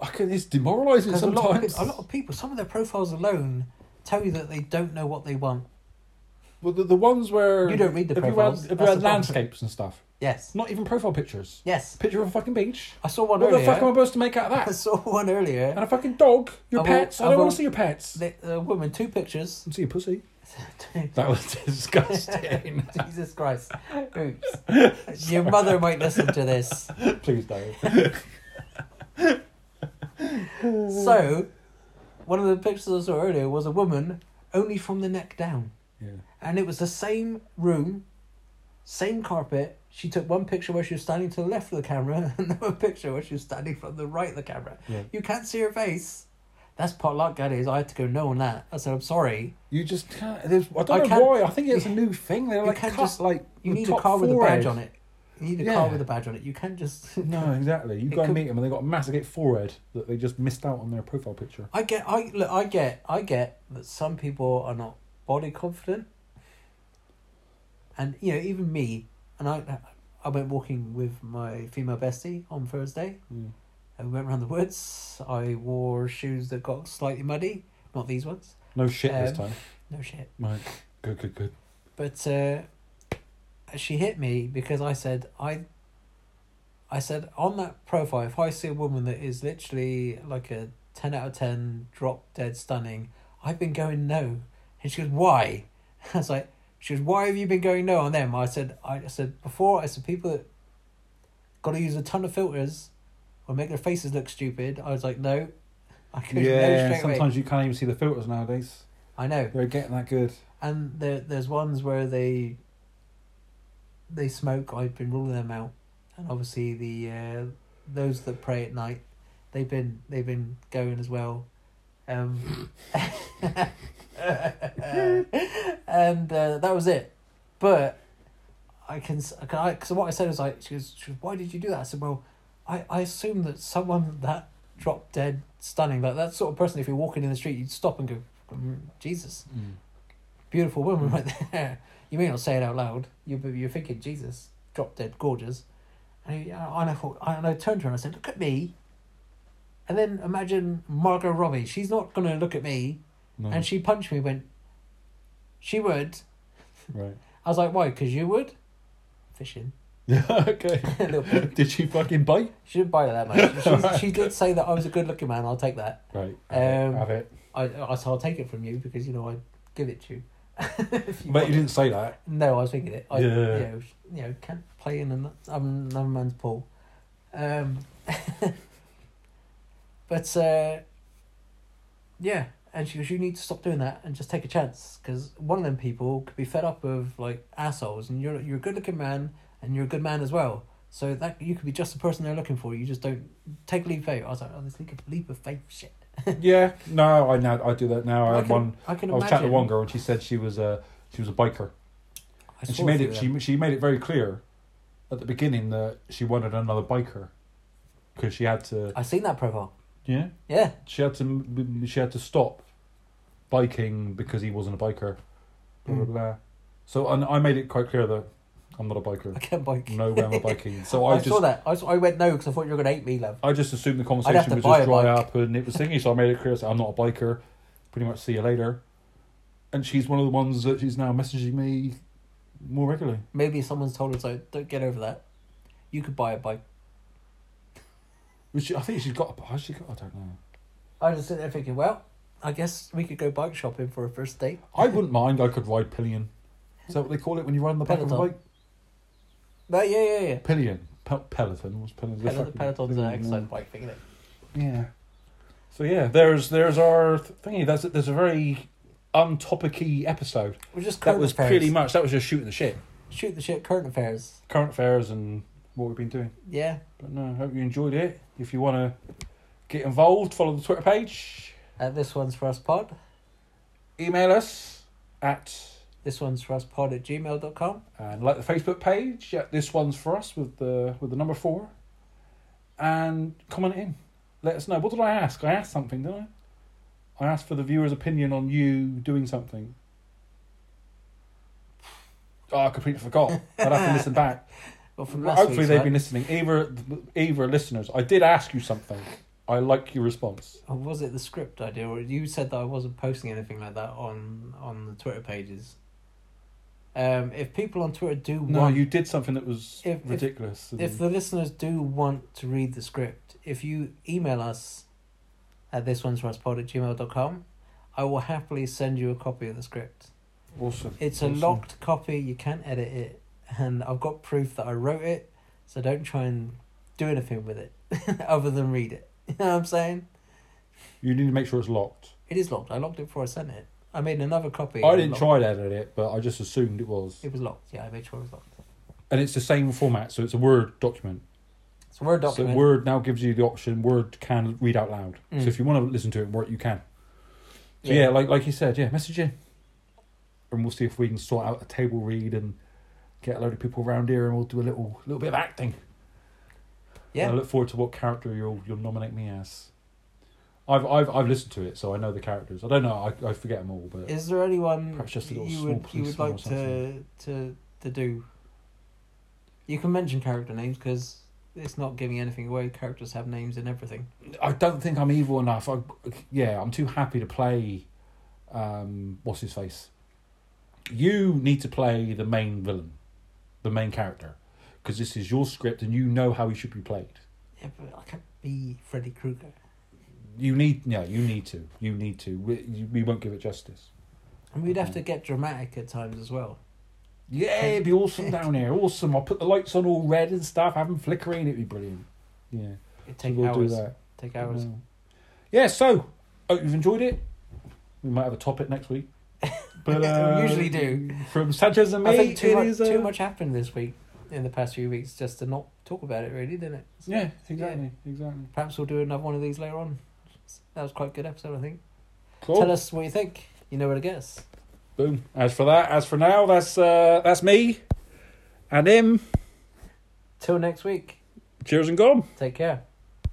B: I can, it's demoralising
A: Because a, lot of
B: sometimes.
A: peop- a lot of people, some of their profiles alone tell you that they don't know what they want.
B: well, the, the ones where
A: You don't read the
B: have you had,
A: profiles,
B: have you
A: that's
B: had
A: the problem.
B: landscapes and stuff.
A: Yes.
B: Not even profile pictures.
A: Yes.
B: Picture of a fucking beach.
A: I saw one
B: What the
A: earlier.
B: fuck am I supposed to make out
A: [laughs]
B: of
A: I
B: that?
A: saw one earlier.
B: And a fucking dog. Your
A: I've al-
B: pets. I
A: I've
B: don't want
A: al-
B: to see your pets.
A: The, the woman, two pictures.
B: [laughs] I see your pussy. That was [laughs]
A: [laughs]
B: disgusting.
A: Jesus Christ. Oops.
B: [laughs]
A: Your mother might listen to this.
B: Please don't.
A: So, one of the pictures I saw earlier was a woman only from the neck down.
B: Yeah.
A: And it was the same room, same carpet. She took one picture where she was standing to the left of the camera [laughs] and another picture where she was standing from the right of the camera.
B: Yeah.
A: You can't see her face. That's potluck, that is. I had to go, no on that. I said, I'm sorry.
B: You just can't. There's, I
A: I
B: don't know
A: can't-
B: why. I think it's
A: [laughs]
B: a new thing. They're
A: you
B: like
A: can't
B: cut,
A: just-
B: like
A: You
B: the
A: need a
B: top
A: car with a badge
B: forehead.
A: on it. You need a car
B: Yeah.
A: with a badge on it. You can't just. [laughs]
B: No, exactly. You
A: It
B: go and
A: could-
B: meet them, and they got a massive forehead that they just missed out on their profile picture.
A: I get. I look. I get. I get that some people are not body confident, and you know, even me. And I, I went walking with my female bestie on Thursday.
B: Mm.
A: And we went around the woods. I wore shoes that got slightly muddy. Not these ones.
B: No shit this
A: Um,
B: time.
A: No shit.
B: Right. Good, good, good.
A: But uh, she hit me because I said I. I said on that profile, if I see a woman that is literally like a ten out of ten, drop dead stunning, I've been going no, and she goes why? [laughs] I was like, she goes why have you been going no on them? I said I said before I said people that got to use a ton of filters, or make their faces look stupid. I was like no, [laughs] I could no
B: Yeah.
A: straight away.
B: Sometimes you can't even see the filters nowadays.
A: I know.
B: They're getting that good.
A: and there there's ones where they they smoke i've been ruling them out and obviously the uh, those that pray at night they've been they've been going as well um, [laughs] and uh, that was it but i can s- I can because what i said was like she goes, she goes why did you do that i said well i i assume that someone that drop dead stunning like that sort of person if you're walking in the street you'd stop and go "Mm, jesus beautiful woman [laughs] right there. You may not say it out loud. You but you're thinking Jesus, drop dead gorgeous, and I and I thought and I turned to her and I said, look at me. And then imagine Margot Robbie. She's not gonna look at me,
B: No.
A: and she punched me. Went. She would.
B: Right.
A: I was like, why? Because you would. Fishing. [laughs]
B: Yeah. [laughs] Okay.
A: A little bit.
B: Did she fucking bite?
A: She didn't buy it that
B: [laughs]
A: much. She's, she did say that I was a good looking man. I'll take that.
B: Right.
A: Um,
B: have it.
A: I, I said, I'll take it from you because you know I give it to you. [laughs] If you
B: But
A: want
B: you
A: it.
B: didn't say
A: [laughs]
B: that.
A: No, I was thinking it. I,
B: Yeah.
A: You know, sh- you know, can't play in another, um, another man's pool. Um, [laughs] but uh, yeah, and she goes, "You need to stop doing that and just take a chance because one of them people could be fed up with like assholes, and you're you're a good looking man, and you're a good man as well." So that you could be just the person they're looking for. You just don't take a leap of faith. I was like, oh, this leap of, leap of faith shit.
B: yeah. No. I now I do that now. I,
A: I
B: had
A: can,
B: one.
A: I can
B: I was
A: imagine.
B: chatting to one girl, and she said she was a she was a biker.
A: I
B: and
A: saw
B: she
A: a
B: made
A: few
B: it
A: of
B: she,
A: them.
B: she made it very clear at the beginning that she wanted another biker because she had to
A: I seen that profile.
B: yeah
A: Yeah, [laughs]
B: she had to she had to stop biking because he wasn't a biker blah blah
A: Mm.
B: blah so and I made it quite clear that I'm not a
A: I
B: biker
A: can't bike.
B: no way I'm a biking so
A: [laughs] I,
B: I,
A: saw
B: just
A: that. I, saw, I went no because I thought you were going to hate me, love.
B: I just assumed the
A: I'd have
B: conversation
A: to
B: would
A: buy
B: just
A: a
B: dry
A: bike.
B: up and it was thingy so I made it clear so I'm not a biker pretty much see you later and she's one of the ones that she's now messaging me more regularly
A: Maybe someone's told us, like, don't get over that. You could buy a bike.
B: Which she, I think she's got a has she got I don't know
A: I was sitting there thinking, well, I guess we could go bike shopping for a first date. [laughs]
B: I wouldn't mind. I could ride pillion. Is that what they call it when you ride on the back of a
A: Peloton.
B: bike?
A: But yeah, yeah, yeah.
B: Pillion. Pel- Peloton. What's Peloton?
A: Pel-
B: Fucking
A: Peloton's
B: thing,
A: an
B: yeah.
A: excellent bike thing, is
B: Yeah. So yeah, there's there's our th- thingy. That's it. There's a very untopicy episode.
A: We're just current
B: That was
A: affairs.
B: pretty much that was just shooting the shit.
A: Shoot the shit, current affairs.
B: Current affairs and what we've been doing.
A: Yeah,
B: But no, hope you enjoyed it. If you want to get involved, follow the Twitter page.
A: uh, this one's for us pod.
B: Email us at
A: This one's for us pod at gmail.com.
B: and like the Facebook page. Yeah, this one's for us with the with the number four, and comment in. Let us know. What did I ask? I asked something, didn't I? I asked for the viewer's opinion on you doing something. Oh, I completely forgot.
A: [laughs]
B: I'd have to listen back.
A: Well, from last
B: Hopefully,
A: week's
B: they've
A: one.
B: been listening. Either, either listeners, I did ask you something. I like your response.
A: Or Oh, was it the script idea, or you said that I wasn't posting anything like that on on the Twitter pages? Um, if people on Twitter do
B: No,
A: want,
B: you did something that was
A: If- if-
B: ridiculous. and-
A: if the listeners do want to read the script, if you email us at this one's pod at gmail.com, I will happily send you a copy of the script.
B: awesome.
A: It's a
B: awesome.
A: locked copy, you can't edit it, and I've got proof that I wrote it, so don't try and do anything with it [laughs] other than read it. [laughs] You know what I'm saying?
B: You need to make sure it's locked.
A: It is locked. I locked it before I sent it. I made another copy.
B: I
A: and
B: didn't
A: locked-
B: try to edit it, but I just assumed it was.
A: It was locked, yeah, I made sure it was locked.
B: And it's the same format, so it's a Word document.
A: It's a Word document.
B: So Word now gives you the option. Word can read out loud.
A: Mm.
B: So if you want to listen to it, in Word you can. So yeah, like like you said, yeah, message in, and we'll see if we can sort out a table read and get a load of people around here, and we'll do a little little bit of acting. And
A: yeah.
B: I look forward to what character you'll you'll nominate me as. I've I've I've listened to it, so I know the characters. I don't know. I I forget them all, but
A: Is there anyone
B: Perhaps just a little
A: you
B: small
A: would you would
B: policeman or
A: like to to to do? You can mention character names because it's not giving anything away. Characters have names and everything.
B: I don't think I'm evil enough. I yeah, I'm too happy to play. Um, what's his face? You need to play the main villain, the main character, because this is your script, and you know how he should be played.
A: Yeah, but I can't be Freddy Krueger.
B: You need yeah, you need to, you need to. We, you- we won't give it justice.
A: And we'd have to
B: Mm-hmm.
A: get dramatic at times as well.
B: Yeah, it'd be awesome down here. Awesome. I'll put the lights on all red and stuff. Have them flickering. It'd be brilliant. Yeah.
A: It
B: So
A: take
B: we'll
A: hours.
B: do that.
A: Take hours.
B: Mm. Yeah, so hope you've enjoyed it. We might have a topic next
A: [laughs]
B: week. uh,
A: We usually do.
B: From Sanchez and me,
A: I think too
B: it
A: much
B: is, uh,
A: too much happened this week in the past few weeks just to not talk about it really, didn't it? So
B: Yeah, exactly, exactly.
A: Perhaps we'll do another one of these later on. That was quite a good episode, I think.
B: Cool.
A: Tell us what you think. You know where to get us.
B: Boom. As for that, as for now, that's uh, that's me and him.
A: Till next week.
B: Cheers and gone.
A: Take care.